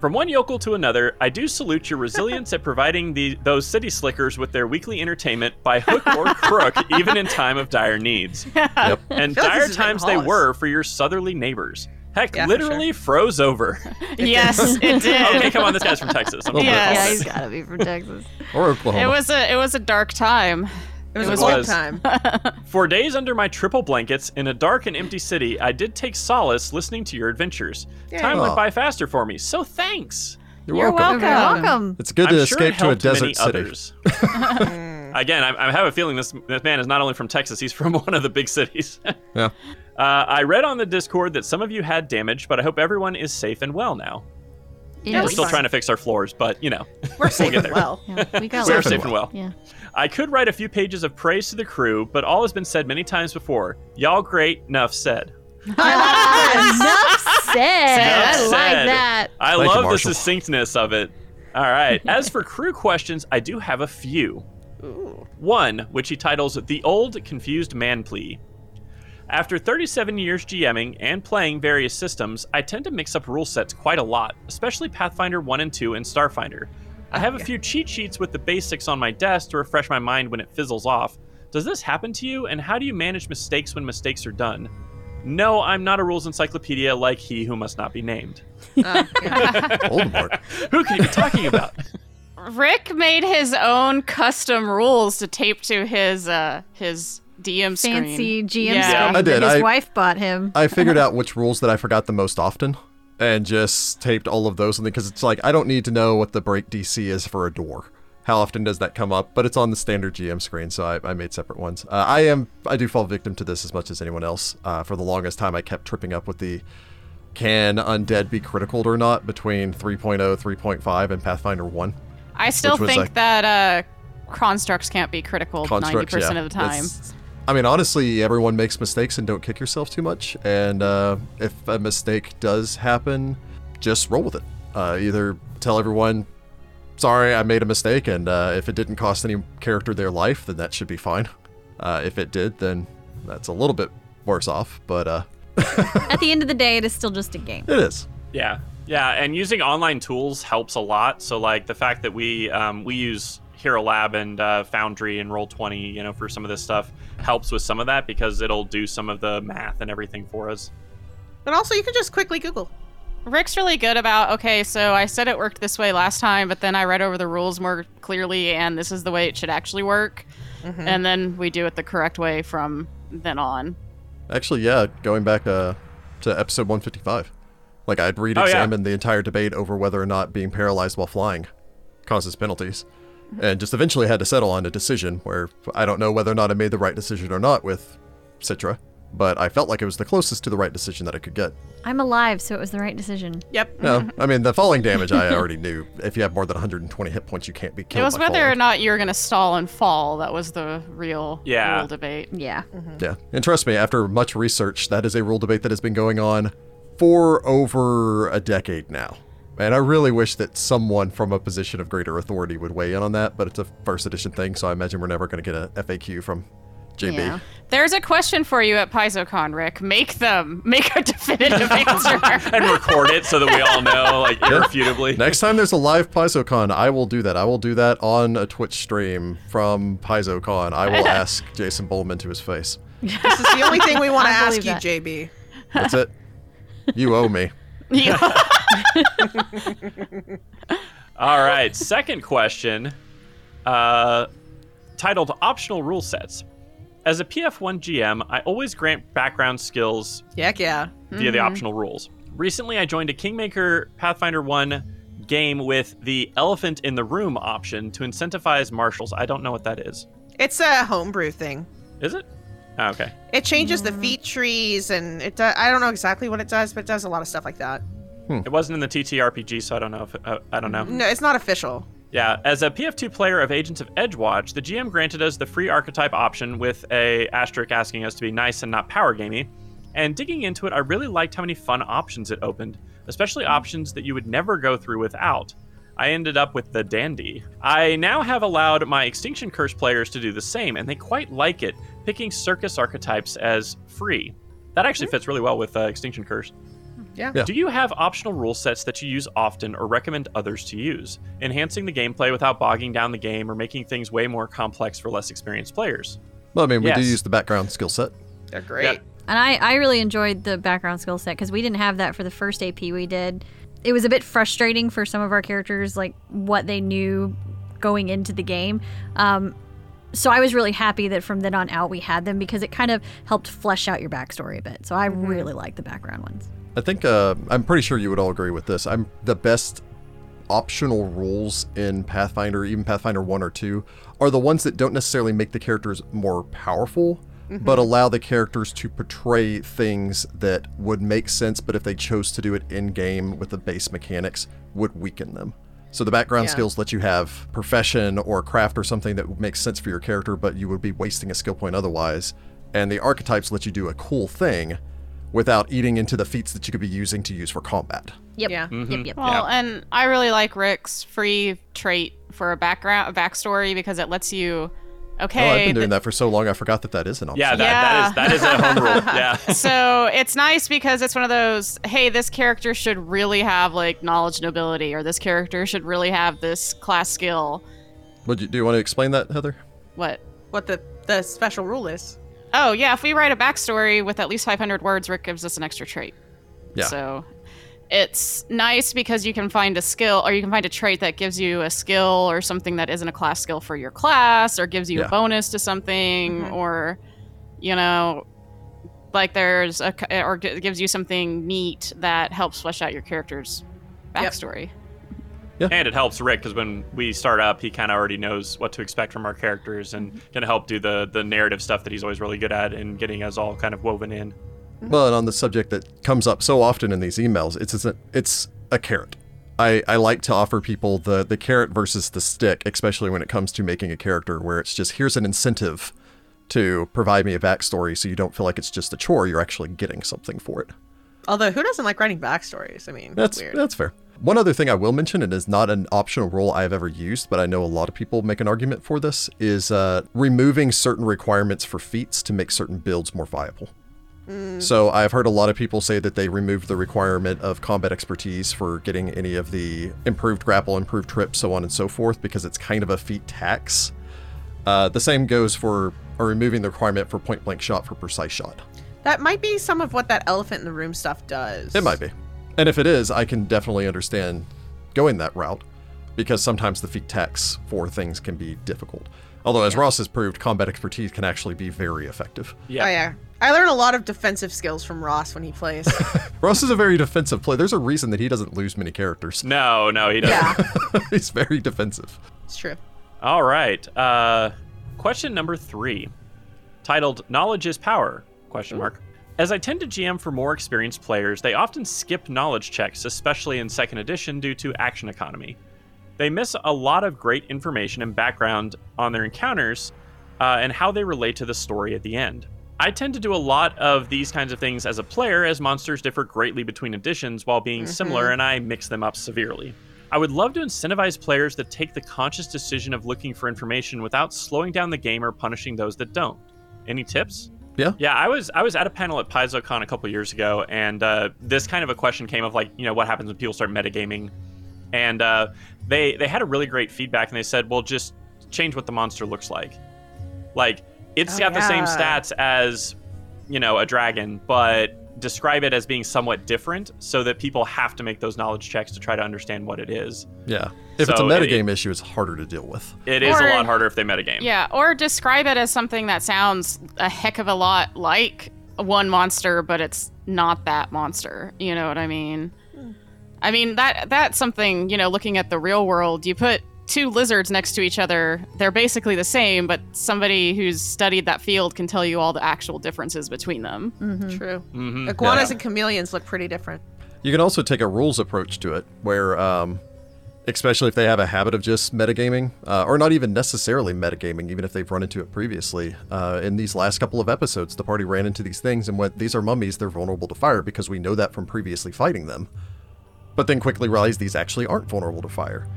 Speaker 1: from one yokel to another, I do salute your resilience at providing the, those city slickers with their weekly entertainment by hook or crook, even in time of dire needs.
Speaker 3: Yep.
Speaker 1: And
Speaker 2: feel like
Speaker 1: dire
Speaker 2: this has been
Speaker 1: times they
Speaker 2: Hollis.
Speaker 1: were for your southerly neighbors. Heck,
Speaker 2: Yeah, for
Speaker 1: literally froze
Speaker 2: [LAUGHS]
Speaker 1: over. [LAUGHS]
Speaker 5: yes,
Speaker 3: [LAUGHS]
Speaker 5: it did.
Speaker 1: okay, come on, this guy's from Texas. I'm
Speaker 3: Little
Speaker 1: gonna
Speaker 5: Yes.
Speaker 4: Yeah,
Speaker 1: call
Speaker 4: he's [LAUGHS]
Speaker 1: it.
Speaker 4: got to be from Texas.
Speaker 3: Or Oklahoma.
Speaker 5: It was a it was a dark time.
Speaker 2: It was
Speaker 1: It
Speaker 2: a
Speaker 1: was-
Speaker 2: cold
Speaker 1: was.
Speaker 2: time.
Speaker 1: For days under my triple blankets in a dark and empty city, I did take solace listening to your adventures. Time
Speaker 3: Aw.
Speaker 1: went by faster for me, so thanks.
Speaker 3: Oh. You're,
Speaker 5: You're
Speaker 3: welcome.
Speaker 4: You're welcome.
Speaker 3: It's good
Speaker 1: I'm
Speaker 3: to
Speaker 1: sure
Speaker 3: escape
Speaker 1: it
Speaker 3: to a
Speaker 1: helped
Speaker 3: desert
Speaker 1: many
Speaker 3: city. [LAUGHS]
Speaker 1: Others.
Speaker 2: Mm.
Speaker 1: Again, I, I have a feeling this, this man is not only from Texas, he's from [LAUGHS] one of the big cities. [LAUGHS] uh,
Speaker 3: Yeah.
Speaker 1: I read on the Discord that some of you had damage, but I hope everyone is safe and well now. We're
Speaker 2: That's
Speaker 1: still
Speaker 2: fine.
Speaker 1: trying to fix our floors, but you know,
Speaker 2: We're safe
Speaker 1: get
Speaker 2: and
Speaker 1: there.
Speaker 2: well.
Speaker 4: Yeah, we got
Speaker 1: we are
Speaker 4: lucky.
Speaker 1: safe and well.
Speaker 4: Yeah.
Speaker 1: I could write a few pages of praise to the crew, but all has been said many times before. Y'all great, enough said.
Speaker 4: [LAUGHS] Enough said.
Speaker 1: Enough
Speaker 4: I like
Speaker 1: said.
Speaker 4: that.
Speaker 1: [LAUGHS] I
Speaker 3: Thank you,
Speaker 1: love the
Speaker 3: Marshall.
Speaker 1: succinctness of it. All right. As for crew questions, I do have a few.
Speaker 2: Ooh.
Speaker 1: One, which he titles The Old Confused Man Plea. After 37 years GMing and playing various systems, I tend to mix up rule sets quite a lot, especially Pathfinder 1 and 2 and Starfinder. I have a few cheat sheets with the basics on my desk to refresh my mind when it fizzles off. Does this happen to you, and how do you manage mistakes when mistakes are done? No, I'm not a rules encyclopedia like he who must not be named.
Speaker 2: Oh, yeah.
Speaker 3: Voldemort.
Speaker 1: Who can you be talking about?
Speaker 5: Rick made his own custom rules to tape to his uh his DM screen.
Speaker 4: Fancy GM
Speaker 5: Yeah.
Speaker 4: screen
Speaker 3: I did.
Speaker 4: that his
Speaker 3: I-
Speaker 4: wife bought him.
Speaker 3: I figured out which rules that I forgot the most often and just taped all of those because it's like I don't need to know what the break DC is for a door. How often does that come up? But it's on the standard GM screen, so I, I made separate ones. Uh, I am I do fall victim to this as much as anyone else. Uh, for the longest time, I kept tripping up with the can undead be critical or not between oh, 3.0, 3.5, and Pathfinder 1.
Speaker 5: I still
Speaker 3: Which was
Speaker 5: think
Speaker 3: like-
Speaker 5: that uh constructs can't be critical ninety
Speaker 3: Constructs,
Speaker 5: percent
Speaker 3: yeah.
Speaker 5: of the time.
Speaker 3: It's- I mean, honestly, everyone makes mistakes and don't kick yourself too much. And uh, if a mistake does happen, just roll with it. Uh, either tell everyone, sorry, I made a mistake, and uh, if it didn't cost any character their life, then that should be fine. Uh, if it did, then that's a little bit worse off, but uh,
Speaker 4: At the end of the day, it is still just a game.
Speaker 3: it is.
Speaker 1: Yeah, yeah, and using online tools helps a lot. So like the fact that we um, we use Hero Lab and uh, Foundry and Roll Twenty, you know, for some of this stuff helps with some of that because it'll do some of the math and everything for us.
Speaker 2: But also, you can just quickly Google.
Speaker 5: Rick's really good about okay, so I said it worked this way last time, but then I read over the rules more clearly, and this is the way it should actually work.
Speaker 3: Mm-hmm.
Speaker 5: And then we do it the correct way from then on.
Speaker 3: Actually, yeah, going back uh, to episode 155. Like, I'd read
Speaker 1: Oh, yeah.
Speaker 3: examine the entire debate over whether or not being paralyzed while flying causes penalties. And just eventually had to settle on a decision where I don't know whether or not I made the right decision or not with Citra, but I felt like it was the closest to the right decision that I could get.
Speaker 4: I'm alive, so it was the right decision.
Speaker 2: Yep.
Speaker 3: No,
Speaker 1: Mm-hmm.
Speaker 3: I mean, the falling damage I already knew. If you have more than 120 hit points, you can't be killed.
Speaker 5: it was
Speaker 3: by
Speaker 5: whether
Speaker 3: falling.
Speaker 5: or not you were going to stall and fall that was the real
Speaker 1: Yeah.
Speaker 5: rule debate.
Speaker 4: Yeah.
Speaker 3: Yeah. And trust me, after much research, that is a rule debate that has been going on for over a decade now. And I really wish that someone from a position of greater authority would weigh in on that, but it's a first edition thing, so I imagine we're never going to get a FAQ from JB.
Speaker 4: Yeah.
Speaker 5: There's a question for you at PaizoCon, Rick. Make them make
Speaker 3: [LAUGHS]
Speaker 5: a definitive answer.
Speaker 1: And record it so that we all know, like irrefutably.
Speaker 3: Next time there's a live PaizoCon, I will do that. I will do that on a Twitch stream from PaizoCon. I will ask Jason Bowman to his face.
Speaker 2: This is the only thing we want to
Speaker 4: I
Speaker 2: ask
Speaker 4: believe
Speaker 2: you,
Speaker 4: that.
Speaker 2: JB.
Speaker 3: That's it. You owe me.
Speaker 5: Yeah.
Speaker 1: All right, second question, uh, titled "Optional Rule Sets." As a PF1 GM, I always grant background skills
Speaker 2: Heck yeah.
Speaker 1: via the optional rules. Recently, I joined a Kingmaker Pathfinder 1 game with the elephant in the room option to incentivize marshals. I don't know what that is.
Speaker 2: It's a homebrew thing.
Speaker 1: Is it? Ah, okay.
Speaker 2: It changes the feat trees, and it. Do- I don't know exactly what it does, but it does a lot of stuff like that.
Speaker 1: It wasn't in the TTRPG, so I don't know. If, uh, I don't know.
Speaker 2: No, it's not official.
Speaker 1: Yeah, as a PF2 player of Agents of Edgewatch, the GM granted us the free archetype option with a asterisk asking us to be nice and not power gamey. And digging into it, I really liked how many fun options it opened, especially options that you would never go through without. I ended up with the dandy. I now have allowed my Extinction Curse players to do the same, and they quite like it, picking circus archetypes as free. That actually fits really well with uh, Extinction Curse.
Speaker 3: Yeah.
Speaker 1: Do you have optional rule sets that you use often or recommend others to use, enhancing the gameplay without bogging down the game or making things way more complex for less experienced players?
Speaker 3: Well, I mean, we do
Speaker 1: Yes.
Speaker 3: use the background skill set.
Speaker 2: They're great.
Speaker 4: And I, I really enjoyed the background skill set because we didn't have that for the first AP we did. It was a bit frustrating for some of our characters, like what they knew going into the game. Um, so I was really happy that from then on out we had them because it kind of helped flesh out your backstory a bit. So I really like the background ones.
Speaker 3: I think uh, I'm pretty sure you would all agree with this. I'm the best optional rules in Pathfinder, even Pathfinder one or two, are the ones that don't necessarily make the characters more powerful, but allow the characters to portray things that would make sense, but if they chose to do it in game with the base mechanics, would weaken them. So the background
Speaker 2: Yeah.
Speaker 3: skills let you have profession or craft or something that makes sense for your character, but you would be wasting a skill point otherwise. And the archetypes let you do a cool thing without eating into the feats that you could be using to use for combat.
Speaker 4: Yep.
Speaker 2: Yeah.
Speaker 3: Mm-hmm.
Speaker 4: Yep. Yep.
Speaker 5: Well, and I really like Rick's free trait for a background, a backstory, because it lets you. Okay.
Speaker 3: oh, I've been
Speaker 5: th-
Speaker 3: doing that for so long, I forgot that that is an option.
Speaker 1: Yeah, that, that is that is a home rule. Yeah.
Speaker 5: so it's nice because it's one of those hey this character should really have like knowledge nobility or this character should really have this class skill
Speaker 3: Would you, do you want to explain that, Heather?
Speaker 5: what
Speaker 2: What the the special rule is?
Speaker 5: oh yeah if we write a backstory with at least 500 words rick gives us an extra trait
Speaker 3: Yeah.
Speaker 5: so it's nice because you can find a skill or you can find a trait that gives you a skill or something that isn't a class skill for your class or gives you
Speaker 3: Yeah.
Speaker 5: a bonus to something
Speaker 2: Mhm.
Speaker 5: or you know like there's a c- or g- gives you something neat that helps flesh out your character's
Speaker 2: Yep.
Speaker 5: backstory
Speaker 1: And it helps Rick because when we start up, he kind of already knows what to expect from our characters and can help do the the narrative stuff that he's always really good at and getting us all kind of woven in.
Speaker 3: Well, and on the subject that comes up so often in these emails, it's it's a, it's a carrot. I, I like to offer people the, the carrot versus the stick, especially when it comes to making a character, where it's just here's an incentive to provide me a backstory so you don't feel like it's just a chore, you're actually getting something for it.
Speaker 2: Although who doesn't like writing backstories? I mean,
Speaker 3: That's
Speaker 2: weird.
Speaker 3: that's fair. One other thing I will mention, and is not an optional rule I have ever used, but I know a lot of people make an argument for this, is uh, removing certain requirements for feats to make certain builds more viable. So I've heard a lot of people say that they removed the requirement of combat expertise for getting any of the improved grapple, improved trip, so on and so forth, because it's kind of a feat tax. Uh, the same goes for or removing the requirement for point blank shot for precise shot.
Speaker 2: That might be some of what that elephant in the room stuff does.
Speaker 3: It might be. And if it is, I can definitely understand going that route because sometimes the feat tax for things can be difficult. Although, as Ross has proved, combat expertise can actually be very effective.
Speaker 1: Yeah.
Speaker 2: Oh yeah. I learn a lot of defensive skills from Ross when he plays.
Speaker 3: Ross is a very defensive player. There's a reason that he doesn't lose many characters.
Speaker 1: No, no, he doesn't.
Speaker 2: yeah,
Speaker 1: Mm.
Speaker 3: [LAUGHS] He's very defensive.
Speaker 2: it's true.
Speaker 1: All right. Uh, question number three, titled "Knowledge is Power?" Question mark. As I tend to GM for more experienced players, they often skip knowledge checks, especially in second edition, due to action economy. They miss a lot of great information and background on their encounters uh, and how they relate to the story at the end. I tend to do a lot of these kinds of things as a player, as monsters differ greatly between editions while being similar, and I mix them up severely. I would love to incentivize players that take the conscious decision of looking for information without slowing down the game or punishing those that don't. Any tips?
Speaker 3: Yeah.
Speaker 1: Yeah, I was I was at a panel at PaizoCon a couple years ago, and uh, this kind of a question came of like, you know, what happens when people start metagaming? And uh, they they had a really great feedback, and they said, well, just change what the monster looks like. Like it's
Speaker 2: Oh,
Speaker 1: got the same
Speaker 2: yeah.
Speaker 1: stats as, you know, a dragon, but describe it as being somewhat different, so that people have to make those knowledge checks to try to understand what it is.
Speaker 3: Yeah. If it's a
Speaker 1: So it-
Speaker 3: metagame issue, it's harder to deal with.
Speaker 1: It is
Speaker 5: Or-
Speaker 1: a lot harder if they metagame.
Speaker 5: yeah or describe it as something that sounds a heck of a lot like one monster but it's not that monster you know what i mean i mean that that's something you know looking at the real world you put two lizards next to each other they're basically the same but somebody who's studied that field can tell you all the actual differences between them
Speaker 2: True.
Speaker 1: hmm
Speaker 2: Iguanas and chameleons look pretty different.
Speaker 3: You can also take a rules approach to it, where, um, especially if they have a habit of just metagaming, uh, or not even necessarily metagaming, even if they've run into it previously. Uh, in these last couple of episodes, the party ran into these things and went, These are mummies, they're vulnerable to fire because we know that from previously fighting them. But then quickly realized these actually aren't vulnerable to fire.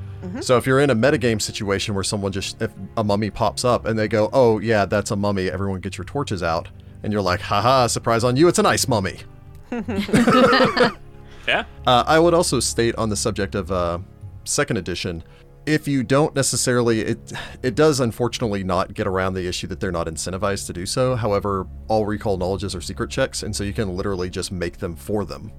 Speaker 3: So if you're in a metagame situation where someone just, if a mummy pops up and they go, Oh, yeah, that's a mummy, everyone get your torches out. And you're like, haha, surprise on you, it's an ice mummy.
Speaker 1: Yeah.
Speaker 3: Uh, I would also state on the subject of uh, second edition, if you don't necessarily, it it does unfortunately not get around the issue that they're not incentivized to do so. However, all recall knowledges are secret checks, and so you can literally just make them for them,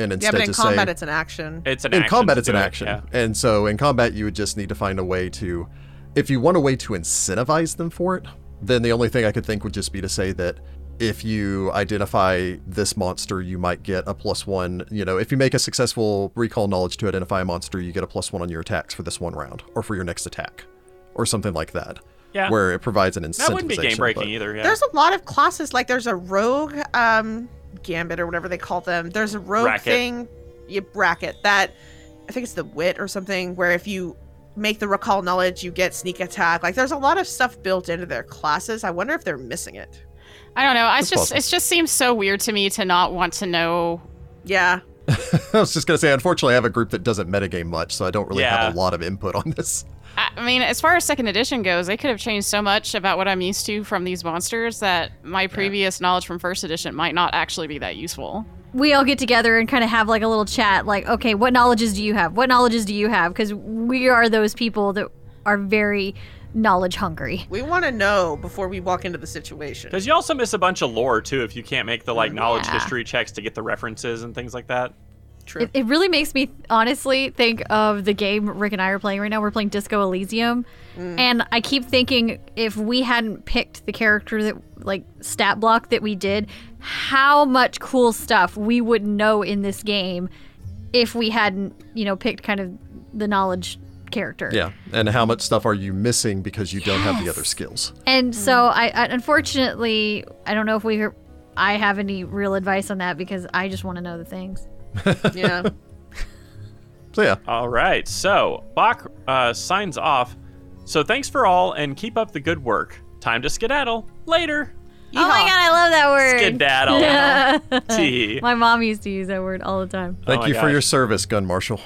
Speaker 3: and
Speaker 2: Yeah,
Speaker 3: instead
Speaker 2: but in
Speaker 3: just
Speaker 2: combat,
Speaker 3: say
Speaker 2: it's an action.
Speaker 1: It's an
Speaker 3: in
Speaker 1: action
Speaker 3: combat
Speaker 1: to
Speaker 3: it's an
Speaker 1: do it,
Speaker 3: action,
Speaker 1: yeah.
Speaker 3: and so in combat you would just need to find a way to, if you want a way to incentivize them for it, then the only thing I could think would just be to say that if you identify this monster, you might get a plus one. You know, if you make a successful recall knowledge to identify a monster, you get a plus one on your attacks for this one round or for your next attack, or something like that.
Speaker 1: Yeah.
Speaker 3: where it provides an incentive.
Speaker 1: that wouldn't be game breaking either. Yeah.
Speaker 2: There's a lot of classes. Like there's a rogue um, gambit or whatever they call them. There's a rogue
Speaker 1: Racket.
Speaker 2: thing, you bracket that. I think it's the wit or something where if you make the recall knowledge, you get sneak attack. Like there's a lot of stuff built into their classes. I wonder if they're missing it.
Speaker 5: I don't know. I
Speaker 3: It's
Speaker 5: just
Speaker 3: possible.
Speaker 5: it just seems so weird to me to not want to know.
Speaker 2: Yeah,
Speaker 3: [LAUGHS] I was just gonna say, unfortunately, I have a group that doesn't metagame much, so I don't really have a
Speaker 1: Yeah.
Speaker 3: lot of input on this.
Speaker 5: I I mean, as far as second edition goes, they could have changed so much about what I'm used to from these monsters that my previous knowledge from first edition might not actually be that useful.
Speaker 4: we all get together and kind of have like a little chat like okay what knowledges do you have what knowledges do you have because we are those people that are very knowledge hungry
Speaker 2: we want to know before we walk into the situation.
Speaker 1: Because you also miss a bunch of lore too if you can't make the like knowledge
Speaker 5: Yeah.
Speaker 1: history checks to get the references and things like that.
Speaker 2: True.
Speaker 4: it, it really makes me honestly think of the game rick and i are playing right now we're playing disco elysium and i keep thinking if we hadn't picked the character that like stat block that we did how much cool stuff we would know in this game if we hadn't you know picked kind of the knowledge character
Speaker 3: Yeah, and how much stuff are you missing because you don't have the
Speaker 4: Yes.
Speaker 3: other skills?
Speaker 4: And so
Speaker 5: Mm.
Speaker 4: I, I unfortunately I don't know if we I have any real advice on that because I just want to know the things. Oh
Speaker 2: yeah.
Speaker 3: So yeah,
Speaker 1: All right, so Bach uh, signs off. So thanks for all and keep up the good work. Time to skedaddle. Later.
Speaker 4: Oh my god, I love that word. [LAUGHS]
Speaker 1: Skedaddle. Tee.
Speaker 4: my mom used to use that word all the time.
Speaker 3: thank
Speaker 1: my
Speaker 3: you for
Speaker 1: gosh.
Speaker 3: your service, Gun Marshal.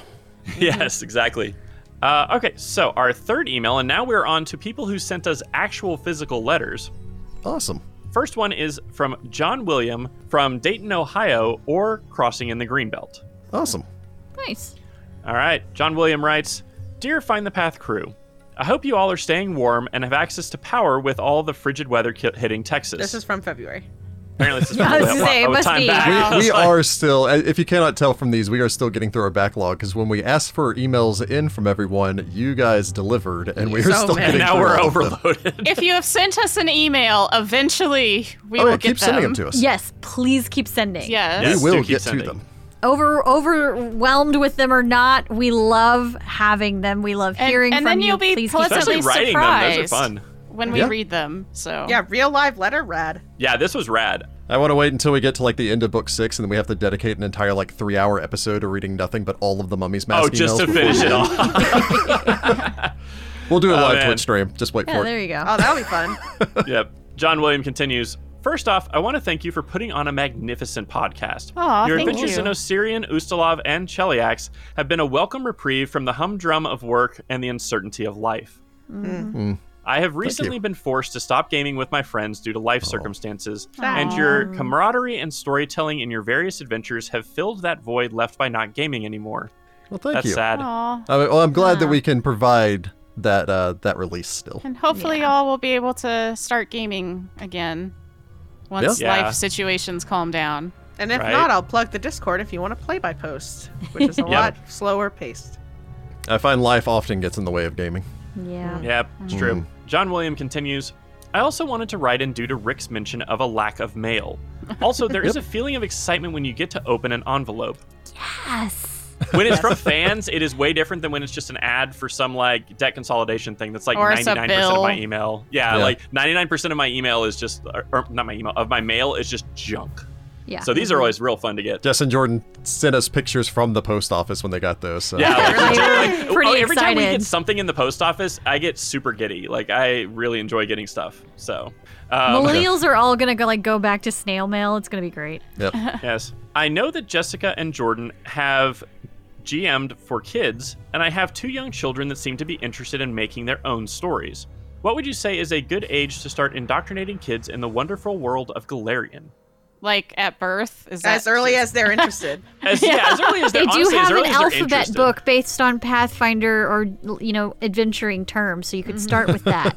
Speaker 1: yes, exactly. Uh, okay, so our third email, and now we're on to people who sent us actual physical letters.
Speaker 3: Awesome.
Speaker 1: First one is from John William from Dayton, Ohio, or Crossing in the Greenbelt.
Speaker 3: Awesome.
Speaker 4: Nice.
Speaker 1: All right, John William writes Dear Find the Path crew, I hope you all are staying warm and have access to power with all the frigid weather ki- hitting Texas.
Speaker 2: This is from February.
Speaker 1: apparently this is
Speaker 4: [LAUGHS] I
Speaker 1: probably
Speaker 4: was gonna say,
Speaker 1: a lot
Speaker 4: it
Speaker 1: of
Speaker 4: must
Speaker 1: time
Speaker 4: be.
Speaker 1: back. [LAUGHS]
Speaker 4: Wow.
Speaker 3: We are still, uh, if you cannot tell from these, we are still getting through our backlog because when we asked for emails in from everyone, you guys delivered, and we are
Speaker 2: So
Speaker 3: still
Speaker 2: many.
Speaker 1: and
Speaker 3: getting
Speaker 1: now
Speaker 3: through
Speaker 1: we're
Speaker 3: all of them.
Speaker 1: overloaded. [LAUGHS]
Speaker 5: if you have sent us an email, eventually we
Speaker 3: Oh,
Speaker 5: will
Speaker 3: yeah,
Speaker 5: get
Speaker 3: keep sending them to us.
Speaker 4: Yes, please keep sending.
Speaker 5: Yes.
Speaker 1: Yes.
Speaker 3: we
Speaker 1: do
Speaker 3: will
Speaker 1: keep
Speaker 3: get
Speaker 1: sending.
Speaker 3: to them.
Speaker 4: Over overwhelmed with them or not, we love having them. We love
Speaker 5: And-
Speaker 4: hearing
Speaker 5: and
Speaker 4: from
Speaker 5: then
Speaker 4: you.
Speaker 5: you'll be
Speaker 4: please keep
Speaker 5: pleasant-
Speaker 4: sending.
Speaker 1: Especially writing
Speaker 5: least
Speaker 1: them; those are
Speaker 5: surprised.
Speaker 1: fun.
Speaker 5: When we
Speaker 3: Yeah.
Speaker 5: read them, so
Speaker 2: Yeah, real live letter rad.
Speaker 1: Yeah, this was rad.
Speaker 3: I want to wait until we get to like the end of book six, and then we have to dedicate an entire like three-hour episode to reading nothing but all of the mummy's mask
Speaker 1: Oh, just
Speaker 3: emails
Speaker 1: to
Speaker 3: before
Speaker 1: finish
Speaker 3: we
Speaker 1: it
Speaker 3: end.
Speaker 1: off.
Speaker 3: We'll do a live
Speaker 1: Oh, man.
Speaker 3: Twitch stream. Just wait
Speaker 4: Yeah,
Speaker 3: for it.
Speaker 4: there you go.
Speaker 2: Oh, that'll be
Speaker 1: [LAUGHS]
Speaker 2: fun.
Speaker 1: yep. John William continues. First off, I want to thank you for putting on a magnificent podcast.
Speaker 5: Aw,
Speaker 1: Your
Speaker 5: thank
Speaker 1: adventures
Speaker 5: you.
Speaker 1: in Osirian, Ustalav, and Cheliax have been a welcome reprieve from the humdrum of work and the uncertainty of life.
Speaker 5: Mm-hmm.
Speaker 3: Mm.
Speaker 1: I have recently been forced to stop gaming with my friends due to life circumstances, and your camaraderie and storytelling in your various adventures have filled that void left by not gaming anymore.
Speaker 3: Well, thank
Speaker 1: That's
Speaker 3: you.
Speaker 1: sad.
Speaker 5: Aw.
Speaker 3: I mean, well, I'm glad that we can provide that uh, that release still.
Speaker 5: And hopefully all will be able to start gaming again once
Speaker 1: Yeah. Yeah.
Speaker 5: life situations calm down.
Speaker 2: And if
Speaker 1: Right.
Speaker 2: not, I'll plug the Discord if you want to play by post, which
Speaker 1: [LAUGHS]
Speaker 2: is a lot slower paced.
Speaker 3: I find life often gets in the way of gaming.
Speaker 4: yeah.
Speaker 1: Yep, it's true. John William continues. I also wanted to write in due to Rick's mention of a lack of mail. Also, there is a feeling of excitement when you get to open an envelope.
Speaker 4: Yes.
Speaker 1: When it's from fans, it is way different than when it's just an ad for some like debt consolidation thing that's like
Speaker 5: Or it's a
Speaker 1: 99% of my
Speaker 5: bill.
Speaker 1: email. Yeah,
Speaker 3: Yeah.
Speaker 1: like 99% of my email is just or, or not my email, of my mail is just junk.
Speaker 4: Yeah.
Speaker 1: So these are always real fun to get.
Speaker 3: Jess and Jordan sent us pictures from the post office when they got those. So.
Speaker 1: Yeah, like,
Speaker 4: Really?
Speaker 1: legit, like,
Speaker 4: Pretty
Speaker 1: oh, every time we
Speaker 4: excited.
Speaker 1: get something in the post office, I get super giddy. Like I really enjoy getting stuff. So, um,
Speaker 4: Millennials are all gonna go like go back to snail mail. It's gonna be great.
Speaker 3: [LAUGHS] Yep.
Speaker 1: Yes. I know that Jessica and Jordan have GM'd for kids, and I have two young children that seem to be interested in making their own stories. What would you say is a good age to start indoctrinating kids in the wonderful world of Galarian?
Speaker 5: Like at birth, is that
Speaker 2: As early as they're
Speaker 5: [LAUGHS]
Speaker 2: interested.
Speaker 4: [LAUGHS]
Speaker 1: As, yeah. as early as
Speaker 4: They
Speaker 1: they're, honestly,
Speaker 4: do
Speaker 1: as
Speaker 4: have
Speaker 1: early
Speaker 4: an
Speaker 1: as they're
Speaker 4: alphabet
Speaker 1: interested.
Speaker 4: book based on Pathfinder or you know adventuring terms, so you
Speaker 1: Mm-hmm.
Speaker 4: could start with
Speaker 1: [LAUGHS]
Speaker 4: that.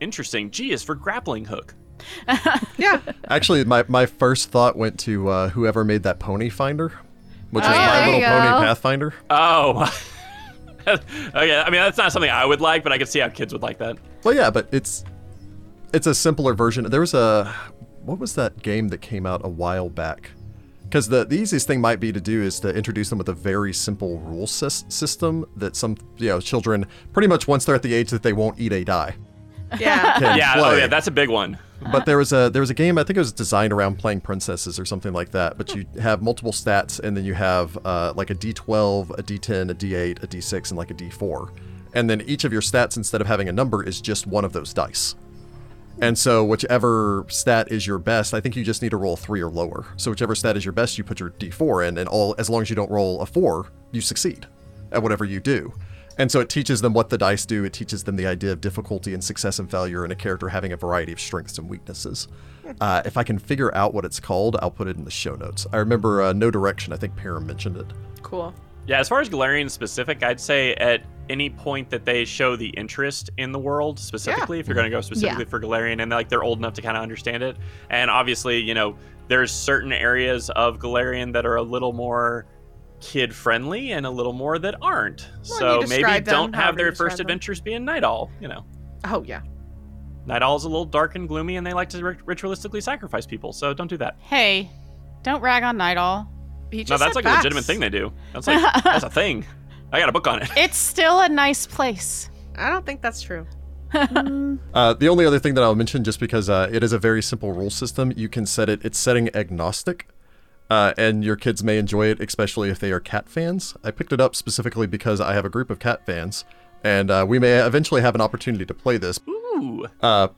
Speaker 1: Interesting. G is for grappling hook.
Speaker 2: yeah.
Speaker 3: Actually, my, my first thought went to uh, whoever made that pony finder, which
Speaker 4: Oh,
Speaker 3: is
Speaker 4: yeah,
Speaker 3: my
Speaker 4: there
Speaker 3: little
Speaker 4: you
Speaker 3: pony
Speaker 4: go.
Speaker 3: pathfinder.
Speaker 1: Oh. [LAUGHS] okay. I mean, that's not something I would like, but I could see how kids would like that.
Speaker 3: Well, yeah, but it's it's a simpler version. There was a what was that game that came out a while back Because the, the easiest thing might be to do is to introduce them with a very simple rule sys- system that some you know children pretty much once they're at the age that they won't eat
Speaker 1: [LAUGHS]
Speaker 3: a die.
Speaker 5: [LAUGHS]
Speaker 2: Yeah.
Speaker 3: Can
Speaker 1: yeah,
Speaker 3: play.
Speaker 1: oh yeah, that's a big one.
Speaker 3: [LAUGHS] But there was a there was a game I think it was designed around playing princesses or something like that. But you have multiple stats and then you have uh, like a D12, a D10, a D8, a D6, and like a D4, and then each of your stats instead of having a number is just one of those dice. And so whichever stat is your best, I think you just need to roll three or lower. So whichever stat is your best, you put your D4 in, and all as long as you don't roll a four, you succeed at whatever you do. And so it teaches them what the dice do. It teaches them the idea of difficulty and success and failure, and a character having a variety of strengths and weaknesses. Uh, if I can figure out what it's called, I'll put it in the show notes. I remember uh, No Direction. I think Param mentioned it.
Speaker 2: Cool.
Speaker 1: Yeah, as far as Galarian specific, I'd say at any point that they show the interest in the world specifically, if you're going to go specifically for Galarian, and like they're old enough to kind of understand it, and obviously, you know, there's certain areas of Galarian that are a little more kid friendly and a little more that aren't. so
Speaker 2: you
Speaker 1: maybe
Speaker 2: describe them
Speaker 1: don't have
Speaker 2: however you
Speaker 1: their first
Speaker 2: describe them.
Speaker 1: adventures be in Night Owl. You know,
Speaker 2: Oh yeah.
Speaker 1: Night Owl's a little dark and gloomy, and they like to rit- ritualistically sacrifice people. So don't do that.
Speaker 5: Hey, don't rag on Night Owl.
Speaker 2: He just
Speaker 1: No, that's
Speaker 2: said
Speaker 1: like a
Speaker 2: facts.
Speaker 1: legitimate thing they do. That's like that's a thing. I got a book on it.
Speaker 5: It's still a nice place.
Speaker 2: I don't think that's true.
Speaker 3: Uh, the only other thing that I'll mention, just because uh, it is a very simple rule system, you can set it. It's setting agnostic, uh, and your kids may enjoy it, especially if they are cat fans. I picked it up specifically because I have a group of cat fans, and uh, we may eventually have an opportunity to play this.
Speaker 1: Ooh.
Speaker 3: Uh,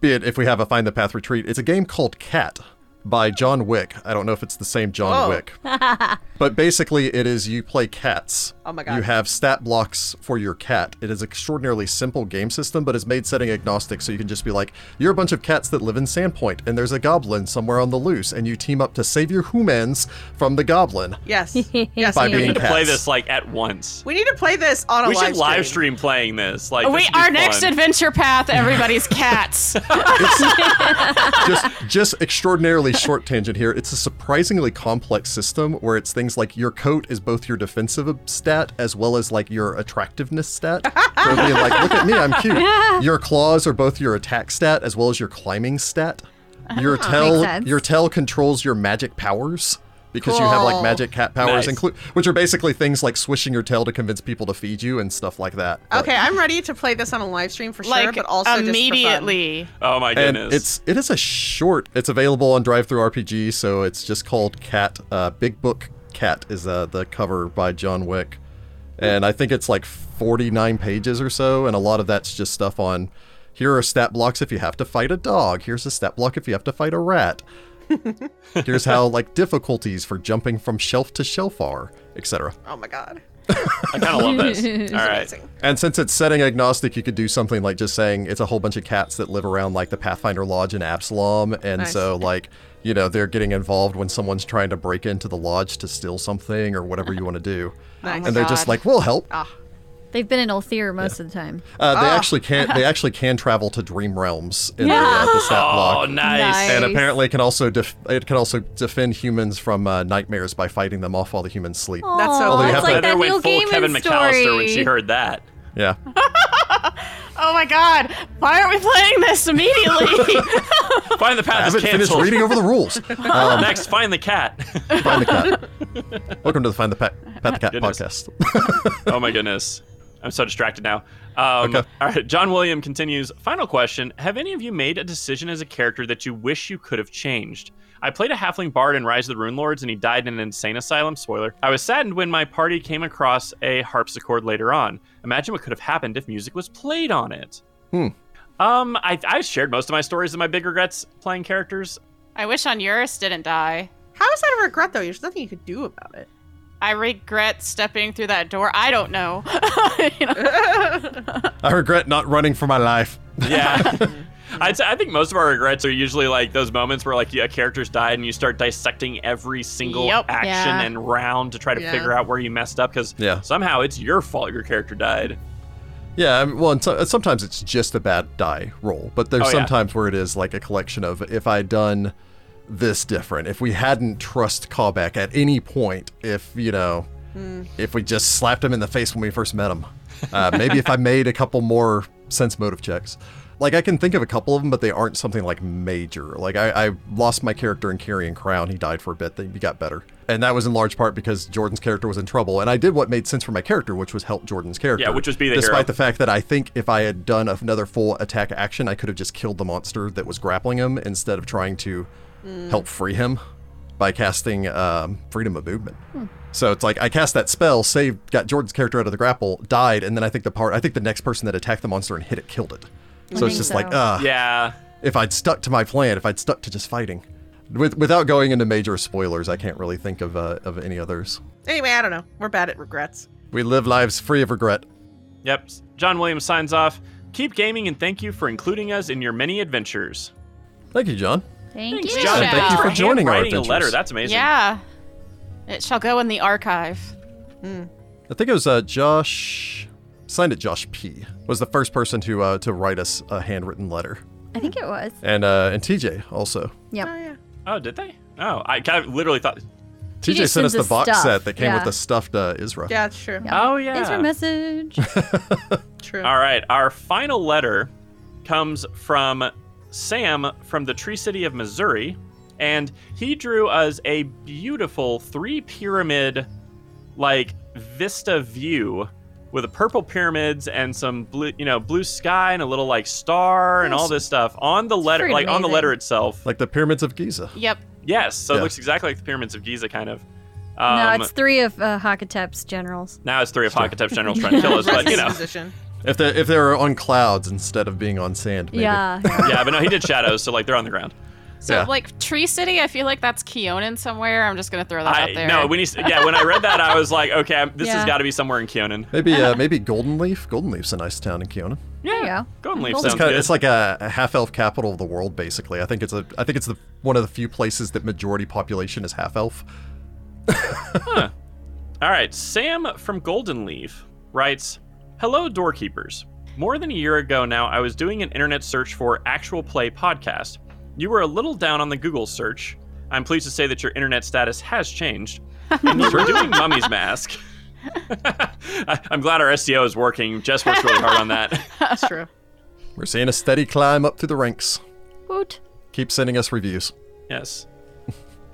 Speaker 3: be it if we have a Find the Path retreat. It's a game called Cat by John Wick. I don't know if it's the same John
Speaker 2: Oh.
Speaker 3: Wick, but basically, it is you play cats.
Speaker 2: Oh my God.
Speaker 3: You have stat blocks for your cat. It is extraordinarily simple game system, but it's made setting agnostic, so you can just be like, you're a bunch of cats that live in Sandpoint, and there's a goblin somewhere on the loose, and you team up to save your humans from the goblin
Speaker 5: [LAUGHS]
Speaker 2: Yes. yes.
Speaker 3: by
Speaker 2: we,
Speaker 3: being
Speaker 2: need
Speaker 3: cats.
Speaker 1: Play this like at once.
Speaker 2: we need to play this on a
Speaker 1: we
Speaker 2: live
Speaker 1: should live stream playing this. Like
Speaker 5: we
Speaker 1: this would be
Speaker 5: our next
Speaker 1: fun.
Speaker 5: adventure path. Everybody's cats.
Speaker 3: just just extraordinarily short tangent here. It's a surprisingly complex system where it's things like your coat is both your defensive stat as well as like your attractiveness stat. For being like, look at me, I'm cute. Your claws are both your attack stat as well as your climbing stat.
Speaker 2: Oh,
Speaker 3: Your tail
Speaker 4: sense.
Speaker 3: your tail controls your magic powers. Because you have like
Speaker 2: Cool.
Speaker 3: magic cat powers,
Speaker 1: Nice.
Speaker 3: inclu- which are basically things like swishing your tail to convince people to feed you and stuff like that. But-
Speaker 2: Okay, I'm ready to play this on a live stream for sure,
Speaker 5: like
Speaker 2: but also
Speaker 5: immediately.
Speaker 1: Oh my
Speaker 3: and
Speaker 1: goodness!
Speaker 3: it's it is a short. It's available on Drive Through RPG, so it's just called Cat. Uh, Big Book Cat is uh, the cover by John Wick, and I think it's like 49 pages or so, and a lot of that's just stuff on. Here are stat blocks if you have to fight a dog. Here's a stat block if you have to fight
Speaker 1: [LAUGHS]
Speaker 3: a rat. Here's how like difficulties for jumping from shelf to shelf are, etc.
Speaker 2: for fun. Oh my god.
Speaker 1: I kind of love this. All right,
Speaker 2: Amazing.
Speaker 5: Oh
Speaker 3: And since it's setting agnostic, you could do something like just saying it's a whole bunch of cats that live around like the Pathfinder Lodge in Absalom, and
Speaker 2: Nice.
Speaker 3: so like you know they're getting involved when someone's trying to break into the lodge to steal something or whatever you want to do,
Speaker 2: Nice.
Speaker 5: my
Speaker 3: and they're just
Speaker 5: God.
Speaker 3: like we'll help.
Speaker 4: They've been in Ulthir most of the time.
Speaker 3: Uh, they actually can they actually can travel to dream realms in the, uh, the stat
Speaker 1: oh
Speaker 3: block.
Speaker 1: nice.
Speaker 3: And apparently, it can also def- it can also defend humans from uh, nightmares by fighting them off while the humans sleep.
Speaker 2: That's so
Speaker 4: Aw,
Speaker 2: cool.
Speaker 3: you
Speaker 4: it's
Speaker 3: have
Speaker 4: like
Speaker 3: to-
Speaker 4: that
Speaker 1: Heather
Speaker 4: Neil
Speaker 1: went full
Speaker 4: Gaiman
Speaker 1: Kevin McAllister when she
Speaker 4: story.
Speaker 1: heard that.
Speaker 3: Yeah,
Speaker 5: Oh my god! Why aren't we playing this immediately?
Speaker 1: Find the
Speaker 3: I
Speaker 1: path is
Speaker 3: haven't finished
Speaker 1: canceled.
Speaker 3: reading over
Speaker 1: [LAUGHS]
Speaker 3: the rules. Um,
Speaker 1: Next, find the cat. [LAUGHS]
Speaker 3: Find the Cat. Welcome to the Find the Pat, Pat the Cat
Speaker 1: Goodness.
Speaker 3: podcast. [LAUGHS]
Speaker 1: oh my goodness, I'm so distracted now. Um,
Speaker 3: Okay.
Speaker 1: All right, John William continues. Final question: Have any of you made a decision as a character that you wish you could have changed? I played a halfling bard in Rise of the Rune Lords, and he died in an insane asylum. Spoiler. I was saddened when my party came across a harpsichord later on. Imagine what could have happened if music was played on it.
Speaker 3: Hmm.
Speaker 1: Um, I, I shared most of my stories and my big regrets playing characters.
Speaker 5: I wish Onuris didn't die.
Speaker 2: How is that a regret though? There's nothing you could do about it.
Speaker 5: I regret stepping through that door. I don't know. [LAUGHS] You know?
Speaker 3: I regret not running for my life.
Speaker 4: [LAUGHS]
Speaker 1: Yeah. [LAUGHS] I'd say, I think most of our regrets are usually like those moments where like yeah, a character's died and you start dissecting every single
Speaker 5: Yep.
Speaker 1: action
Speaker 4: Yeah.
Speaker 1: and round to try to
Speaker 2: Yeah.
Speaker 1: figure out where you messed up because
Speaker 3: Yeah.
Speaker 1: somehow it's your fault your character
Speaker 3: [LAUGHS]
Speaker 1: died.
Speaker 3: Yeah, I mean, well, and so, and sometimes it's just a bad die roll, but there's
Speaker 1: Oh, yeah.
Speaker 3: sometimes where it is like a collection of if I'd done this different, if we hadn't trust Callback at any point, if, you know, if we just slapped him in the face when we first met him, uh, maybe if I made a couple more sense motive checks. Like I can think of a couple of them, but they aren't something like major. Like I, I lost my character in Carrying Crown. He died for a bit. Then he got better, and that was in large part because Jordan's character was in trouble, and I did what made sense for my character, which was help Jordan's character.
Speaker 1: Yeah, which was be the
Speaker 3: despite
Speaker 1: hero.
Speaker 3: the fact that I think if I had done another full attack action, I could have just killed the monster that was grappling him instead of trying to
Speaker 4: Mm.
Speaker 3: help free him by casting um, Freedom of Movement.
Speaker 4: Hmm.
Speaker 3: So it's like I cast that spell, saved, got Jordan's character out of the grapple, died, and then I think the part, I think the next person that attacked the monster and hit it killed it. So it's
Speaker 4: think
Speaker 3: just
Speaker 4: so.
Speaker 3: like, ah,
Speaker 1: Yeah.
Speaker 3: if I'd stuck to my plan, if I'd stuck to just fighting. With, without going into major spoilers, I can't really think of uh, of any others.
Speaker 2: Anyway, I don't know. We're bad at regrets.
Speaker 3: We live lives free of regret.
Speaker 1: Yep. John Williams signs off. Keep gaming and thank you for including us in your many adventures.
Speaker 3: Thank you, John.
Speaker 4: Thank
Speaker 5: Thanks,
Speaker 4: you.
Speaker 5: John.
Speaker 1: John,
Speaker 5: Thank you for
Speaker 3: joining our
Speaker 1: handwriting a letter.
Speaker 3: adventures.
Speaker 1: That's amazing.
Speaker 5: Yeah. It shall go in the archive.
Speaker 3: I think it was uh, Josh, signed it Josh P, was the first person to uh, to write us a handwritten letter,
Speaker 4: I think it was.
Speaker 3: and uh, and TJ also.
Speaker 2: Oh
Speaker 4: Yep.
Speaker 2: yeah.
Speaker 1: Oh, did they? Oh, I, I literally thought.
Speaker 3: TJ,
Speaker 4: TJ
Speaker 3: sent us
Speaker 4: sends
Speaker 3: the
Speaker 4: us
Speaker 3: box
Speaker 4: stuff,
Speaker 3: set that came
Speaker 4: yeah.
Speaker 3: with the stuffed uh, Isra.
Speaker 2: Yeah, it's true.
Speaker 4: Yeah.
Speaker 1: Oh, yeah.
Speaker 4: Thanks
Speaker 1: [LAUGHS]
Speaker 4: for message.
Speaker 2: True.
Speaker 1: All right, our final letter comes from Sam from the Tree City of Missouri, and he drew us a beautiful three pyramid like vista view with purple pyramids and some blue, you know, blue sky and a little like star and all this stuff on the letter
Speaker 4: pretty
Speaker 1: like on the
Speaker 4: amazing.
Speaker 1: letter itself.
Speaker 3: Like the pyramids of Giza.
Speaker 5: Yep.
Speaker 1: yes, so it
Speaker 3: Yeah.
Speaker 1: looks exactly like the pyramids of Giza kind of.
Speaker 4: no,
Speaker 1: Um,
Speaker 4: it's three of uh, Hakatep's generals.
Speaker 1: now it's three of Hakatep's generals trying to kill us,
Speaker 4: [LAUGHS]
Speaker 1: but you know.
Speaker 2: Position.
Speaker 3: If they if they were on clouds instead of being on sand,
Speaker 1: [LAUGHS]
Speaker 3: maybe.
Speaker 4: Yeah. yeah.
Speaker 1: Yeah, but no, he did shadows, so like they're on the ground.
Speaker 5: So
Speaker 3: Yeah.
Speaker 5: like Tree City, I feel like that's Keonan somewhere. I'm just gonna throw that
Speaker 1: I,
Speaker 5: out there.
Speaker 1: No, when he s- yeah, when I read that, I was like, okay, I'm- this has
Speaker 5: Yeah.
Speaker 1: got to be somewhere in Keonan.
Speaker 3: Maybe
Speaker 4: [LAUGHS]
Speaker 3: uh, maybe Golden Leaf. Golden Leaf's a nice town in Keona.
Speaker 4: There you go.
Speaker 1: Golden Leaf
Speaker 4: Golden
Speaker 1: sounds
Speaker 3: It's kind
Speaker 1: good.
Speaker 3: of, it's like a, a half elf capital of the world, basically. I think it's a I think it's the one of the few places that majority population is half elf.
Speaker 1: All right, Sam from Golden Leaf writes, "Hello, doorkeepers. More than a year ago now, I was doing an internet search for actual play podcast. You were a little down on the Google search. I'm pleased to say that your internet status has
Speaker 5: [LAUGHS]
Speaker 1: changed, and you were doing Mummy's Mask." [LAUGHS] I- I'm glad our SEO is working. Jess works really hard on
Speaker 5: [LAUGHS]
Speaker 1: that.
Speaker 2: That's true.
Speaker 3: We're seeing a steady climb up through the ranks.
Speaker 4: Woot.
Speaker 3: Keep sending us reviews.
Speaker 1: Yes. [LAUGHS]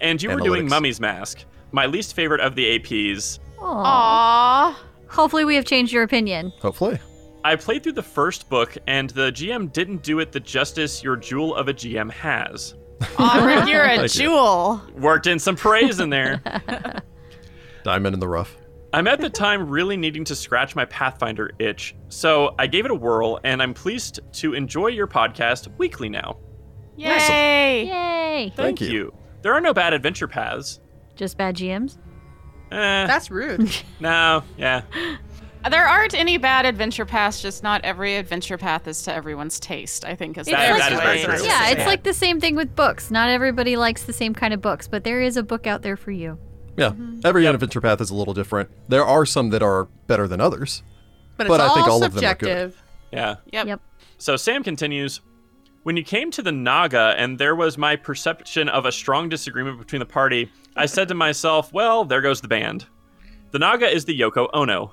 Speaker 1: And you were doing
Speaker 3: Analytics.
Speaker 1: Mummy's Mask, my least favorite of the APs.
Speaker 4: Aw.
Speaker 5: Aww.
Speaker 4: Hopefully, we have changed your opinion.
Speaker 3: Hopefully.
Speaker 1: I played through the first book, and the GM didn't do it the justice your jewel of a GM has.
Speaker 5: Aw, Rick, you're a
Speaker 3: Thank you.
Speaker 5: jewel.
Speaker 1: Worked in some praise in
Speaker 3: [LAUGHS]
Speaker 1: there.
Speaker 3: Diamond in the rough.
Speaker 1: I'm at the time really needing to scratch my Pathfinder itch, so I gave it a whirl, and I'm pleased to enjoy your podcast weekly now.
Speaker 5: Yay.
Speaker 4: Yay.
Speaker 3: Thank you.
Speaker 1: There are no bad adventure paths.
Speaker 4: Just bad GMs.
Speaker 1: Eh,
Speaker 2: That's
Speaker 5: [LAUGHS]
Speaker 2: rude.
Speaker 1: no, yeah.
Speaker 5: There aren't any bad adventure paths, just not every adventure path is to everyone's taste, I think is
Speaker 4: It's
Speaker 5: the
Speaker 4: like-
Speaker 5: best
Speaker 1: that is
Speaker 5: way
Speaker 1: very
Speaker 5: to
Speaker 1: true.
Speaker 5: say
Speaker 4: Yeah,
Speaker 5: it.
Speaker 4: it's like the same thing with books. Not everybody likes the same kind of books, but there is a book out there for you.
Speaker 3: Yeah.
Speaker 5: Mm-hmm.
Speaker 3: Every adventure path is a little different. There are some that are better than others.
Speaker 2: But it's
Speaker 3: But I
Speaker 2: all
Speaker 3: think all of them are good.
Speaker 2: subjective.
Speaker 1: Yeah.
Speaker 5: Yep.
Speaker 4: Yep.
Speaker 1: So Sam continues When you came to the Naga and there was my perception of a strong disagreement between the party, I said to myself, well, there goes the band. The Naga is the Yoko Ono.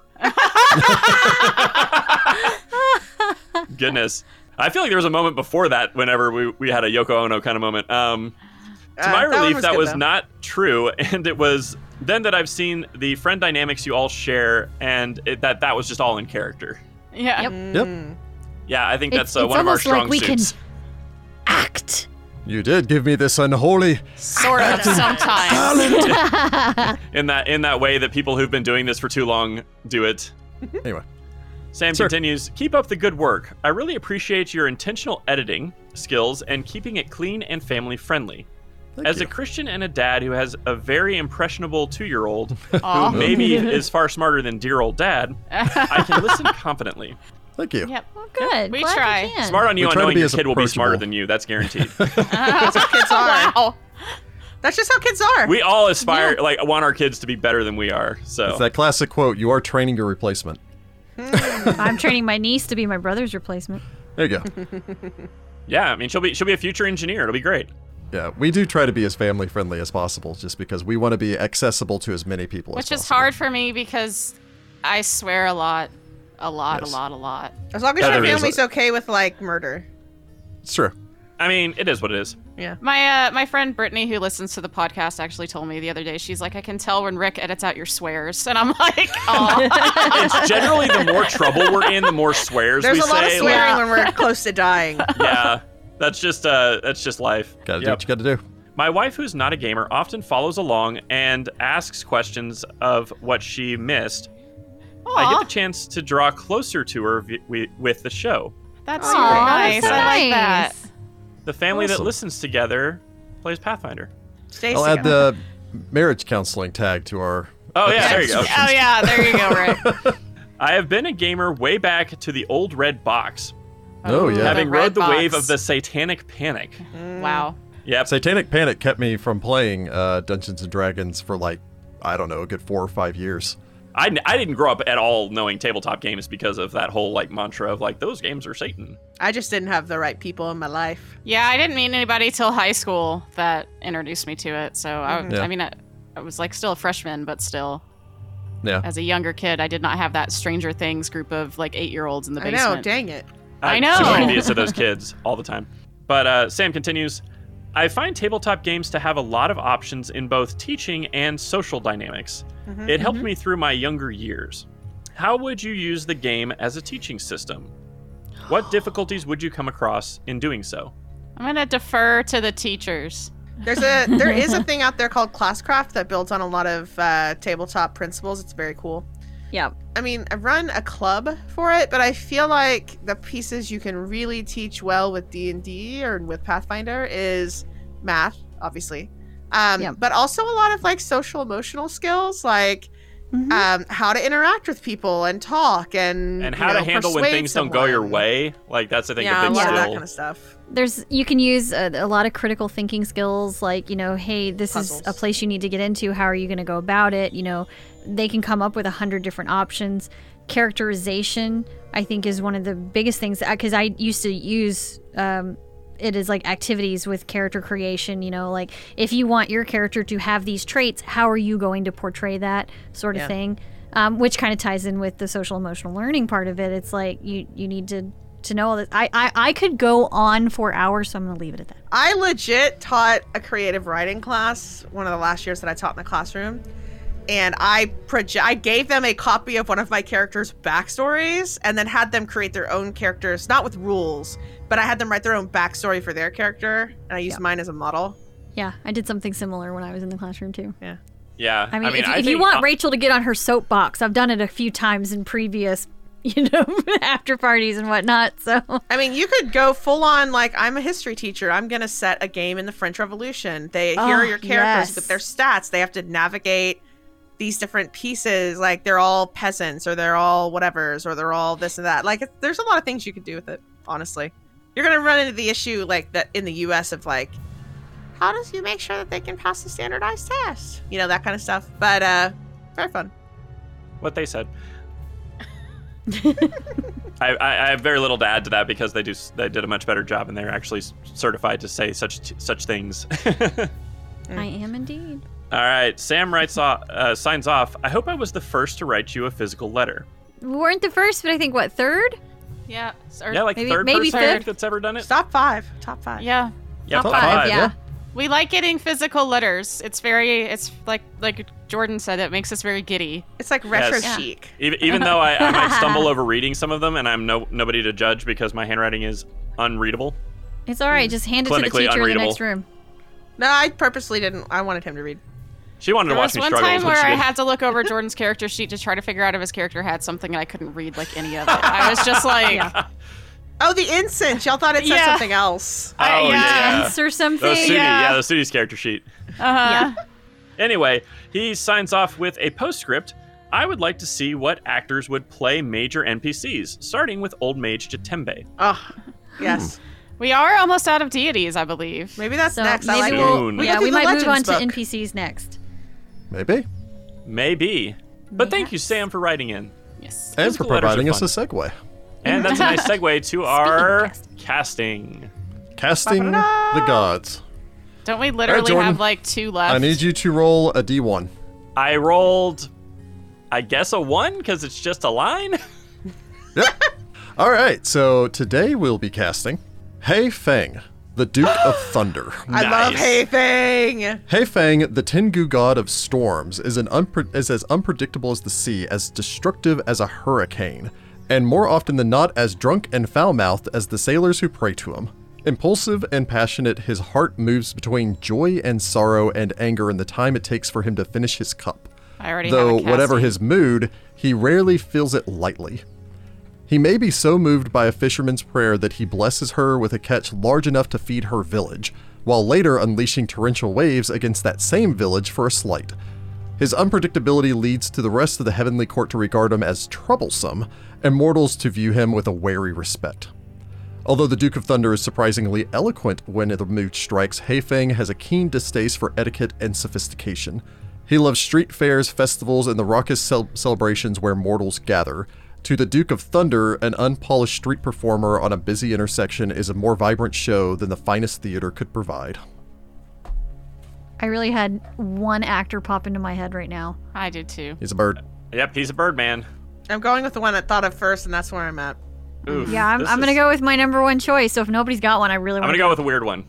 Speaker 1: Goodness. I feel like there was a moment before that whenever we, we had a Yoko Ono kind of moment. Um, to
Speaker 2: Uh,
Speaker 1: my
Speaker 2: that one
Speaker 1: relief, that
Speaker 2: good,
Speaker 1: was
Speaker 2: though.
Speaker 1: not true, and it was then that I've seen the friend dynamics you all share, and it, that that was just all in character.
Speaker 5: Yeah.
Speaker 4: Yep.
Speaker 5: Mm.
Speaker 3: Yep.
Speaker 1: Yeah, I think
Speaker 4: It's-
Speaker 1: that's uh,
Speaker 4: it's
Speaker 1: one of our
Speaker 4: almost like
Speaker 1: strong
Speaker 4: we can-
Speaker 1: suits.
Speaker 4: Act.
Speaker 3: You did give me this unholy
Speaker 5: Sort [LAUGHS] of sometimes.
Speaker 3: talent.
Speaker 1: in that in that way that people who've been doing this for too long do it.
Speaker 3: anyway.
Speaker 1: Sam
Speaker 3: Sure.
Speaker 1: continues, keep up the good work. I really appreciate your intentional editing skills and keeping it clean and family friendly.
Speaker 3: Thank
Speaker 1: As
Speaker 3: you.
Speaker 1: a Christian and a dad who has a very impressionable two year
Speaker 3: [LAUGHS]
Speaker 1: old, who
Speaker 5: Aw.
Speaker 1: maybe is far smarter than dear old dad, I can
Speaker 3: [LAUGHS]
Speaker 1: listen confidently.
Speaker 3: Thank you.
Speaker 5: Yep.
Speaker 4: Oh, good.
Speaker 5: we
Speaker 4: Glad you
Speaker 5: try.
Speaker 4: can. [LAUGHS]
Speaker 1: Smart on you
Speaker 3: We
Speaker 1: on
Speaker 3: try to
Speaker 1: knowing
Speaker 3: be
Speaker 1: your
Speaker 3: as
Speaker 1: kid will be smarter
Speaker 3: approachable.
Speaker 1: than you. That's
Speaker 3: [LAUGHS]
Speaker 1: guaranteed.
Speaker 2: Kids
Speaker 5: [LAUGHS]
Speaker 2: are.
Speaker 5: Wow.
Speaker 2: That's just how kids are.
Speaker 1: we all aspire, like, want our kids to be better than we are. So
Speaker 3: It's that classic quote, you are training your replacement.
Speaker 4: I'm training my niece to be my brother's replacement.
Speaker 3: There you go.
Speaker 5: [LAUGHS]
Speaker 1: yeah, I mean, she'll be she'll be a future engineer. It'll be great.
Speaker 3: Yeah, we do try to be as family friendly as possible just because we want to be accessible to as many people as
Speaker 5: Which is
Speaker 3: possible.
Speaker 5: hard for me because I swear a lot. A lot,
Speaker 3: Yes.
Speaker 5: a lot, a lot.
Speaker 2: As long as
Speaker 1: Yeah,
Speaker 2: your
Speaker 1: there is.
Speaker 2: family's okay with like murder.
Speaker 3: It's true.
Speaker 1: I mean, it is what it is.
Speaker 2: Yeah.
Speaker 5: My uh, my friend Brittany, who listens to the podcast, actually told me the other day. She's like, I can tell when Rick edits out your swears, and I'm
Speaker 4: [LAUGHS]
Speaker 5: like, oh,
Speaker 1: It's generally the more trouble we're in, the more swears
Speaker 2: There's
Speaker 1: we
Speaker 2: a lot of
Speaker 1: say.
Speaker 2: swearing
Speaker 1: like,
Speaker 5: Yeah.
Speaker 2: when
Speaker 5: [LAUGHS]
Speaker 2: we're close to dying.
Speaker 1: yeah, that's just uh, that's just life.
Speaker 3: Gotta do
Speaker 1: Yep.
Speaker 3: what you gotta do.
Speaker 1: My wife, who's not a gamer, often follows along and asks questions of what she missed. I
Speaker 5: Aw.
Speaker 1: get the chance to draw closer to her vi- wi- with the show.
Speaker 4: [LAUGHS]
Speaker 5: that's
Speaker 4: Aw,
Speaker 5: super nice.
Speaker 4: that's
Speaker 5: I like
Speaker 4: nice.
Speaker 5: that.
Speaker 1: The family that
Speaker 3: Awesome.
Speaker 1: listens together plays Pathfinder.
Speaker 2: Stay
Speaker 3: I'll add
Speaker 2: together.
Speaker 3: the marriage counseling tag to our.
Speaker 1: Oh yeah, there you go.
Speaker 5: Oh yeah, there you go,
Speaker 1: [LAUGHS]
Speaker 5: Rick.
Speaker 1: I have been a gamer way back to the old red box,
Speaker 3: Oh, yeah.
Speaker 1: having
Speaker 5: red
Speaker 1: rode the wave
Speaker 5: box. Mm-hmm.
Speaker 1: of the satanic panic.
Speaker 5: Wow.
Speaker 1: Yep.
Speaker 3: Satanic Panic kept me from playing uh, Dungeons and Dragons for like, I don't know, a good four or five years.
Speaker 1: I, I didn't grow up at all knowing tabletop games because of that whole like mantra of like those games are Satan.
Speaker 2: I just didn't have the right people in my life.
Speaker 5: Yeah, I didn't meet anybody till high school that introduced me to it. So I,
Speaker 2: Mm-hmm.
Speaker 3: Yeah.
Speaker 5: I mean, I, I was like still a freshman, but still,
Speaker 3: Yeah.
Speaker 5: as a younger kid, I did not have that Stranger Things group of like eight year olds in the
Speaker 2: I
Speaker 5: basement.
Speaker 2: know, dang it.
Speaker 5: I
Speaker 1: I'm super
Speaker 5: know.
Speaker 1: envious of those kids all the time. But uh, Sam continues. I find tabletop games to have a lot of options in both teaching and social dynamics.
Speaker 2: Mhm.
Speaker 1: It helped me through my younger years. How would you use the game as a teaching system? What difficulties would you come across in doing so?
Speaker 5: I'm gonna defer to the teachers.
Speaker 2: There's a there is
Speaker 5: [LAUGHS]
Speaker 2: a thing out there called Classcraft that builds on a lot of uh, tabletop principles. It's very cool.
Speaker 4: Yeah.
Speaker 2: I mean, I run a club for it, but I feel like the pieces you can really teach well with D and D or with Pathfinder is math, obviously, um,
Speaker 4: Yeah.
Speaker 2: but also a lot of like social emotional skills, like um, how to interact with people and talk, and
Speaker 1: And
Speaker 2: you
Speaker 1: how
Speaker 2: know,
Speaker 1: to handle when
Speaker 2: persuade
Speaker 1: things don't go your
Speaker 2: someone.
Speaker 1: way? Like that's I think
Speaker 2: yeah,
Speaker 1: a
Speaker 2: a
Speaker 1: big
Speaker 2: lot
Speaker 1: skill.
Speaker 2: of that kind of stuff.
Speaker 4: there's you can use uh, a, a lot of critical thinking skills like you know hey this
Speaker 2: Puzzles.
Speaker 4: is a place you need to get into how are you going to go about it you know they can come up with a hundred different options characterization i think is one of the biggest things because i used to use um, it is like activities with character creation you know like if you want your character to have these traits how are you going to portray that sort of
Speaker 2: Yeah.
Speaker 4: thing um, which kind of ties in with the social emotional learning part of it it's like you you need to to know all this i i, I could go on for hours so i'm gonna leave it at that
Speaker 2: I legit taught a creative writing class one of the last years that I taught in the classroom. And I proje- I gave them a copy of one of my characters' backstories and then had them create their own characters, not with rules, but I had them write their own backstory for their character. And I used mine as a model.
Speaker 4: yeah i did something similar when i was in the classroom too
Speaker 1: Yeah.
Speaker 4: i mean, if, if you
Speaker 1: think-
Speaker 4: want rachel to get on her soapbox i've done it a few times in previous [LAUGHS] you know after parties and whatnot so
Speaker 2: I mean, you could go full on like I'm a history teacher. I'm gonna set a game in the French Revolution. They here
Speaker 4: Oh,
Speaker 2: are your characters
Speaker 4: yes.
Speaker 2: with their stats. They have to navigate these different pieces. Like they're all peasants, or they're all whatevers, or they're all this and that. Like it- there's a lot of things you could do with it. Honestly, you're gonna run into the issue like that in the U.S. of like how does you make sure that they can pass the standardized test? You know that kind of stuff. But uh, very fun.
Speaker 1: what they said. [LAUGHS] I, I, I have very little to add to that because they do s- they did a much better job and they're actually s- certified to say such t- such things. [LAUGHS]
Speaker 4: i am indeed
Speaker 1: All right, Sam writes off, uh, signs off. I hope I was the first to write you a physical letter.
Speaker 4: we weren't the first but i think what third
Speaker 5: Yeah. or-
Speaker 1: Yeah, like
Speaker 4: Maybe-
Speaker 1: third
Speaker 4: maybe
Speaker 1: person I think
Speaker 4: fifth?
Speaker 1: that's ever done it.
Speaker 2: Top five. Top five.
Speaker 5: yeah.
Speaker 1: Yeah,
Speaker 4: Top
Speaker 1: top
Speaker 4: five,
Speaker 1: five.
Speaker 4: yeah.
Speaker 5: We like getting physical letters. It's very. It's like like Jordan said. It makes us very giddy.
Speaker 2: It's like retro
Speaker 1: Yes. Yeah.
Speaker 2: chic.
Speaker 1: Even, even though I, I might
Speaker 5: [LAUGHS]
Speaker 1: stumble over reading some of them, and I'm no nobody to judge because my handwriting is unreadable.
Speaker 4: it's all right just hand it to the
Speaker 1: Clinically
Speaker 4: teacher in the
Speaker 1: unreadable.
Speaker 4: next room
Speaker 2: No, I purposely didn't. I wanted him to read.
Speaker 1: She wanted
Speaker 5: There
Speaker 1: to watch
Speaker 5: was
Speaker 1: me
Speaker 5: one
Speaker 1: struggle.
Speaker 5: time
Speaker 1: is what
Speaker 5: where
Speaker 1: she
Speaker 5: I
Speaker 1: did.
Speaker 5: had to
Speaker 1: [LAUGHS]
Speaker 5: look over Jordan's character sheet to try to figure out if his character had something, and I couldn't read like any of it. I was just
Speaker 2: [LAUGHS]
Speaker 5: like, uh,
Speaker 2: Oh, the incense. Y'all thought it said
Speaker 5: Yeah.
Speaker 2: something else.
Speaker 5: I-
Speaker 1: oh yeah,
Speaker 4: Ants or
Speaker 1: the
Speaker 4: something
Speaker 1: Sudi, yeah.
Speaker 5: Yeah.
Speaker 1: the Sudi's character sheet.
Speaker 5: uh-huh.
Speaker 1: Anyway, he signs off with a postscript. I would like to see what actors would play major NPCs, starting with Old Mage Jatembe.
Speaker 2: Oh,
Speaker 4: Hmm.
Speaker 2: yes.
Speaker 5: we are almost out of deities, I believe.
Speaker 2: Maybe that's
Speaker 4: so
Speaker 2: next.
Speaker 4: maybe
Speaker 2: I like
Speaker 1: it.
Speaker 4: we'll
Speaker 1: Soon.
Speaker 2: We
Speaker 4: yeah
Speaker 2: could do
Speaker 4: we
Speaker 2: the
Speaker 4: might move on
Speaker 2: Legends
Speaker 4: to
Speaker 2: book.
Speaker 4: npcs next
Speaker 3: Maybe.
Speaker 1: Maybe. But thank you,
Speaker 4: Yes.
Speaker 1: Sam, for writing in.
Speaker 5: Yes.
Speaker 3: And for
Speaker 1: Physical letters are
Speaker 3: providing us a
Speaker 1: fun.
Speaker 3: segue.
Speaker 1: And that's a nice
Speaker 4: [LAUGHS]
Speaker 1: segue to our
Speaker 4: casting.
Speaker 1: casting.
Speaker 3: Casting the gods.
Speaker 5: Don't we literally
Speaker 3: Jordan.
Speaker 5: have like two left?
Speaker 3: I need you to roll a D1.
Speaker 1: I rolled, I guess, a one because it's just a line. [LAUGHS]
Speaker 3: All right, so today we'll be casting Hey Fang, the Duke of
Speaker 1: [GASPS]
Speaker 3: Thunder.
Speaker 2: I love
Speaker 1: Nice.
Speaker 2: Hey Fang.
Speaker 3: Hey Fang, the Tengu god of storms, is, an unpre- is as unpredictable as the sea, as destructive as a hurricane, and more often than not as drunk and foul mouthed as the sailors who pray to him. Impulsive and passionate, his heart moves between joy and sorrow and anger in the time it takes for him to finish his cup.
Speaker 5: I already have a
Speaker 3: Though, whatever
Speaker 5: casting.
Speaker 3: his mood, he rarely feels it lightly. He may be so moved by a fisherman's prayer that he blesses her with a catch large enough to feed her village, while later unleashing torrential waves against that same village for a slight. His unpredictability leads to the rest of the heavenly court to regard him as troublesome, and mortals to view him with a wary respect. Although the Duke of Thunder is surprisingly eloquent when the mood strikes, Heifeng has a keen distaste for etiquette and sophistication. He loves street fairs, festivals, and the raucous cel- celebrations where mortals gather. To the Duke of Thunder, an unpolished street performer on a busy intersection is a more vibrant show than the finest theater could provide.
Speaker 4: I really had one actor pop into my head right now.
Speaker 5: I did too.
Speaker 3: He's a bird.
Speaker 1: Yep, he's a Birdman.
Speaker 2: I'm going with the one I thought of first, and that's where I'm at.
Speaker 1: Oof,
Speaker 4: Yeah, I'm,
Speaker 1: this
Speaker 4: I'm gonna
Speaker 1: is-
Speaker 4: go with my number one choice. So if nobody's got one, I really
Speaker 1: I'm
Speaker 4: want.
Speaker 1: gonna go with a weird one.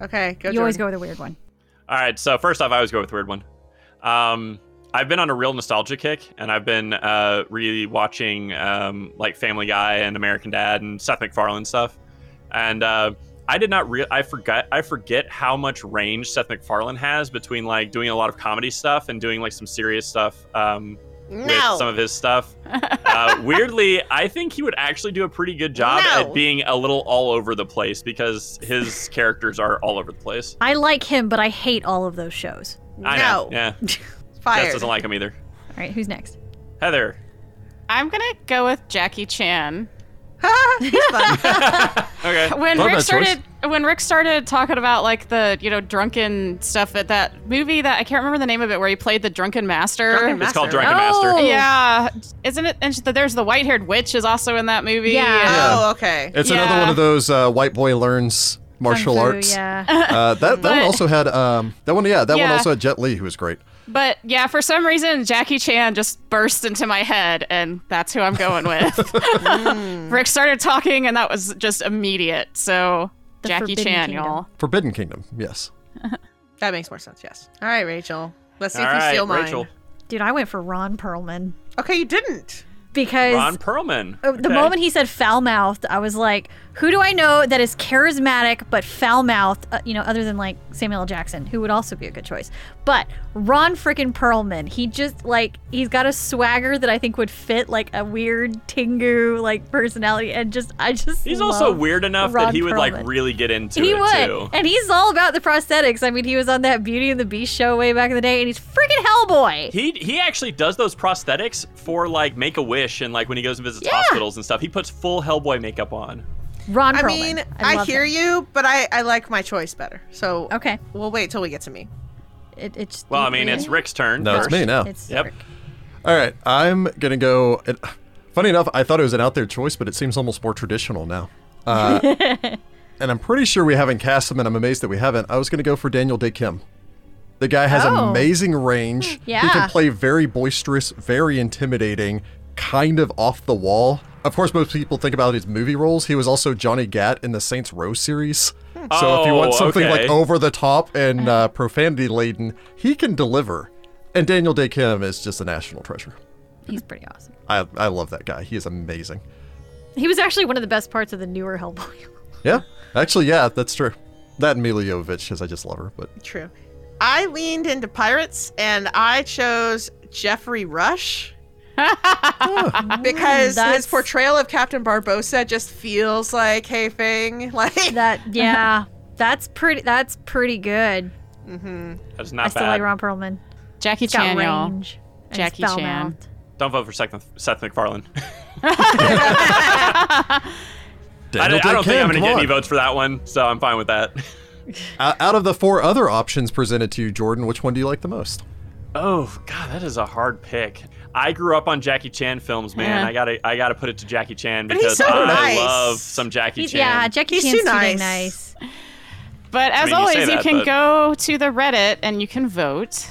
Speaker 2: Okay, go.
Speaker 4: You always
Speaker 2: Jordan.
Speaker 4: go with a weird one.
Speaker 1: All right. So first off, I always go with weird one. Um, I've been on a real nostalgia kick, and I've been uh, really watching um, like Family Guy and American Dad and Seth MacFarlane stuff. And uh, I did not real I forgot I forget how much range Seth MacFarlane has between like doing a lot of comedy stuff and doing like some serious stuff. Um, with some
Speaker 2: No.
Speaker 1: of his
Speaker 2: [LAUGHS]
Speaker 1: stuff. Uh, weirdly, I think he would actually do a pretty good job
Speaker 2: No.
Speaker 1: at being a little all over the place because his characters are all over the place.
Speaker 4: I like him, but I hate all of those shows.
Speaker 1: I
Speaker 2: no.
Speaker 1: know. Yeah. Jess
Speaker 2: Fired. [LAUGHS]
Speaker 1: doesn't like him either.
Speaker 4: All right, who's next?
Speaker 1: Heather.
Speaker 5: I'm gonna go with Jackie Chan.
Speaker 2: He's fun.
Speaker 1: Okay.
Speaker 4: [LAUGHS]
Speaker 5: When
Speaker 3: Love that
Speaker 5: Rick
Speaker 3: choice.
Speaker 5: started, when Rick started talking about like the you know drunken stuff at that movie that I can't remember the name of it where he played the drunken master.
Speaker 2: Drunken Ma-
Speaker 1: It's called
Speaker 2: Master.
Speaker 1: Drunken
Speaker 4: Oh.
Speaker 1: Master.
Speaker 5: yeah, isn't it? And there's the white-haired witch is also in that movie.
Speaker 4: Yeah.
Speaker 5: and-
Speaker 2: oh, okay.
Speaker 3: It's
Speaker 5: Yeah.
Speaker 3: another one of those uh, white boy learns martial
Speaker 4: Kung fu,
Speaker 3: arts.
Speaker 4: Yeah.
Speaker 3: Uh, that that one
Speaker 5: But-
Speaker 3: also had um, that one. Yeah, that one
Speaker 5: Yeah.
Speaker 3: also had Jet Li, who was great.
Speaker 5: But yeah, for some reason, Jackie Chan just burst into my head, and that's who I'm going
Speaker 1: [LAUGHS]
Speaker 5: with.
Speaker 1: Mm.
Speaker 5: Rick started talking, and that was just immediate. So
Speaker 4: The
Speaker 5: Jackie
Speaker 4: Forbidden
Speaker 5: Chan,
Speaker 4: Kingdom.
Speaker 5: y'all.
Speaker 3: Forbidden Kingdom. Yes.
Speaker 2: That makes more sense. Yes. All right, Rachel. Let's see
Speaker 1: All
Speaker 2: if you
Speaker 1: right,
Speaker 2: steal mine.
Speaker 1: Rachel.
Speaker 4: Dude, I went for Ron Perlman
Speaker 2: Okay, you didn't.
Speaker 4: because
Speaker 1: Ron Perlman.
Speaker 4: uh,
Speaker 1: Okay.
Speaker 4: the moment he said foul mouthed, I was like, who do I know that is charismatic but foul mouthed? Uh, you know, other than like Samuel L. Jackson, who would also be a good choice. But Ron freaking Perlman, he just like he's got a swagger that I think would fit like a weird Tingu like personality, and just I just
Speaker 1: He's also
Speaker 4: love
Speaker 1: weird enough
Speaker 4: Ron
Speaker 1: that he would
Speaker 4: Perlman.
Speaker 1: like really get into
Speaker 4: he
Speaker 1: it
Speaker 4: would,
Speaker 1: too.
Speaker 4: and he's all about the prosthetics. I mean, he was on that Beauty and the Beast show way back in the day, and he's freaking Hellboy.
Speaker 1: He he actually does those prosthetics for like Make a Wish and like when he goes and visits hospitals and stuff. He puts full Hellboy makeup on.
Speaker 4: Ron
Speaker 2: I
Speaker 4: Perlman.
Speaker 2: mean, I,
Speaker 4: love
Speaker 2: hear
Speaker 4: him.
Speaker 2: you, but I, I like my choice better. So
Speaker 4: Okay,
Speaker 2: we'll wait till we get to me.
Speaker 4: it, it's
Speaker 1: Well, I mean, it's Rick's turn.
Speaker 3: No,
Speaker 1: first.
Speaker 3: it's me now.
Speaker 4: It's
Speaker 1: Yep.
Speaker 4: Rick.
Speaker 3: All right, I'm gonna go. It, funny enough, I thought it was an out there choice, but it seems almost more traditional now. Uh,
Speaker 4: [LAUGHS]
Speaker 3: and I'm pretty sure we haven't cast him, and I'm amazed that we haven't. I was gonna go for Daniel Day Kim. The guy has
Speaker 4: Oh. Hmm,
Speaker 3: amazing range. He
Speaker 4: Yeah.
Speaker 3: can play very boisterous, very intimidating, kind of off the wall. Of course, most people think about his movie roles. He was also Johnny Gat in the Saints Row series.
Speaker 4: Hmm.
Speaker 3: So if you want
Speaker 1: Oh,
Speaker 3: something like
Speaker 1: okay.
Speaker 3: over the top and uh, profanity laden, he can deliver. And Daniel Day Kim is just a national treasure.
Speaker 4: He's pretty awesome.
Speaker 3: I, I love that guy. He is amazing.
Speaker 4: He was actually one of the best parts of the newer Hellboy. [LAUGHS]
Speaker 3: Yeah, actually, yeah, that's true. That and Miljovic, because I just love her. But
Speaker 2: True. I leaned into pirates and I chose Jeffrey Rush because his
Speaker 4: that's-
Speaker 2: portrayal of Captain Barbosa just feels like hey thing. [LAUGHS] Like
Speaker 4: [LAUGHS] That yeah, that's pretty. That's pretty good.
Speaker 1: That's
Speaker 4: I
Speaker 1: not
Speaker 4: still
Speaker 1: bad.
Speaker 4: like Ron Perlman.
Speaker 5: Jackie
Speaker 4: He's got
Speaker 5: Chan, y'all.
Speaker 4: range. and he's
Speaker 5: Jackie Chan.
Speaker 4: foul-mouthed.
Speaker 1: Don't vote for Seth, Seth MacFarlane. [LAUGHS] I,
Speaker 3: Daniel
Speaker 1: don't- I don't think I'm going
Speaker 3: Day-Kim,
Speaker 1: to get
Speaker 3: come
Speaker 1: any
Speaker 3: on.
Speaker 1: votes for that one, so I'm fine with that.
Speaker 3: O- Out of the four other options presented to you, Jordan, which one do you like the most?
Speaker 1: Oh God, that is a hard pick. I grew up on Jackie Chan films, man.
Speaker 5: Yeah.
Speaker 1: I gotta, I gotta put it to Jackie Chan
Speaker 2: he's
Speaker 1: because
Speaker 2: so
Speaker 1: I
Speaker 2: nice.
Speaker 1: love some Jackie
Speaker 4: He's,
Speaker 1: Chan.
Speaker 4: yeah, Jackie
Speaker 2: He's
Speaker 4: Chan's
Speaker 2: too
Speaker 4: too dang
Speaker 2: nice.
Speaker 4: [LAUGHS] nice.
Speaker 5: But as
Speaker 1: mean, you
Speaker 5: always,
Speaker 1: say
Speaker 5: you,
Speaker 1: that,
Speaker 5: can
Speaker 1: but-
Speaker 5: go to the Reddit and you can vote.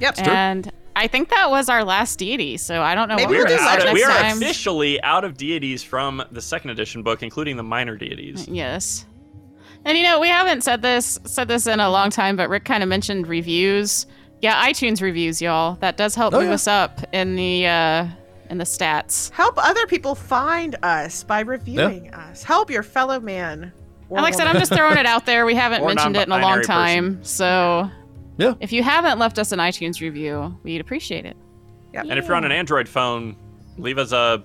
Speaker 2: Yep.
Speaker 5: And I think that was our last deity, so I don't know
Speaker 2: Maybe
Speaker 5: what
Speaker 1: We're
Speaker 2: We'll
Speaker 5: we're
Speaker 2: do
Speaker 5: gonna
Speaker 1: out
Speaker 5: do
Speaker 1: of,
Speaker 2: that
Speaker 1: we
Speaker 5: next
Speaker 1: are
Speaker 5: time.
Speaker 1: officially out of deities from the second edition book, including the minor deities.
Speaker 5: Yes. And you know, we haven't said this said this in a long time, but Rick kind of mentioned reviews. Yeah, iTunes reviews, y'all. That does help
Speaker 3: Oh,
Speaker 5: move
Speaker 3: yeah.
Speaker 5: us up in the uh, in the stats.
Speaker 2: Help other people find us by reviewing us. Help your fellow man. or
Speaker 5: And like I said,
Speaker 2: woman.
Speaker 5: I'm just throwing it
Speaker 3: [LAUGHS]
Speaker 5: out there. We haven't
Speaker 1: Or
Speaker 5: mentioned it in a long
Speaker 1: non-binary
Speaker 5: time, so
Speaker 3: Yeah.
Speaker 5: If you haven't left us an iTunes review, we'd appreciate it.
Speaker 1: And if you're on an Android phone, leave us a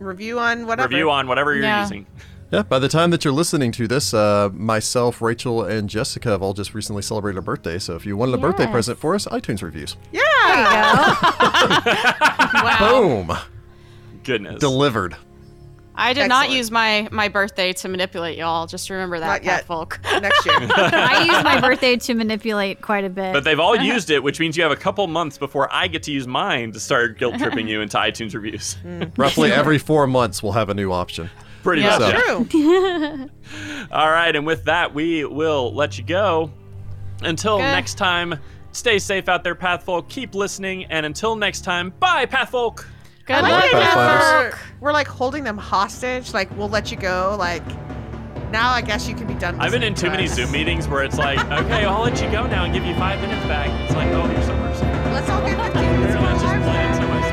Speaker 2: review on whatever.
Speaker 1: review on whatever you're
Speaker 5: Yeah.
Speaker 1: using. [LAUGHS]
Speaker 3: Yeah, by the time that you're listening to this, uh, myself, Rachel, and Jessica have all just recently celebrated a birthday. So if you wanted a birthday
Speaker 5: Yes.
Speaker 3: present for us, iTunes reviews.
Speaker 1: [LAUGHS]
Speaker 2: yeah.
Speaker 4: go.
Speaker 5: [LAUGHS] Wow.
Speaker 3: Boom.
Speaker 1: Goodness.
Speaker 3: Delivered.
Speaker 5: I did not
Speaker 2: Excellent.
Speaker 5: use my my birthday to manipulate y'all. Just remember
Speaker 2: Not
Speaker 5: that,
Speaker 2: yet.
Speaker 5: cat folk.
Speaker 1: [LAUGHS]
Speaker 2: Next year.
Speaker 4: I use my birthday to manipulate quite a bit.
Speaker 1: but they've all used it, which means you have a couple months before I get to use mine to start guilt tripping you into iTunes reviews. [LAUGHS]
Speaker 3: Roughly every four months, we'll have a new option.
Speaker 1: Pretty
Speaker 5: Yeah.
Speaker 1: much.
Speaker 3: So-
Speaker 2: True.
Speaker 1: All right, and with that, we will let you go. Until
Speaker 5: Okay.
Speaker 1: next time, stay safe out there, Pathfolk. Keep listening, and until next time, bye, Pathfolk.
Speaker 5: Good
Speaker 3: like
Speaker 5: luck,
Speaker 3: that
Speaker 5: cat
Speaker 3: Pathfinders.
Speaker 5: folk.
Speaker 2: We're like holding them hostage. Like we'll let you go. Like now, I guess you can be done.
Speaker 1: I've been in too
Speaker 2: listening to
Speaker 1: many
Speaker 2: us.
Speaker 1: Zoom meetings where it's like, [LAUGHS] okay, I'll let you go now and give you five minutes back. It's like, oh, you're so merciful.
Speaker 2: Let's all get 15 minutes
Speaker 1: Apparently,
Speaker 2: of
Speaker 1: that's
Speaker 2: our
Speaker 1: just
Speaker 2: lives
Speaker 1: played
Speaker 2: back.
Speaker 1: into my speech.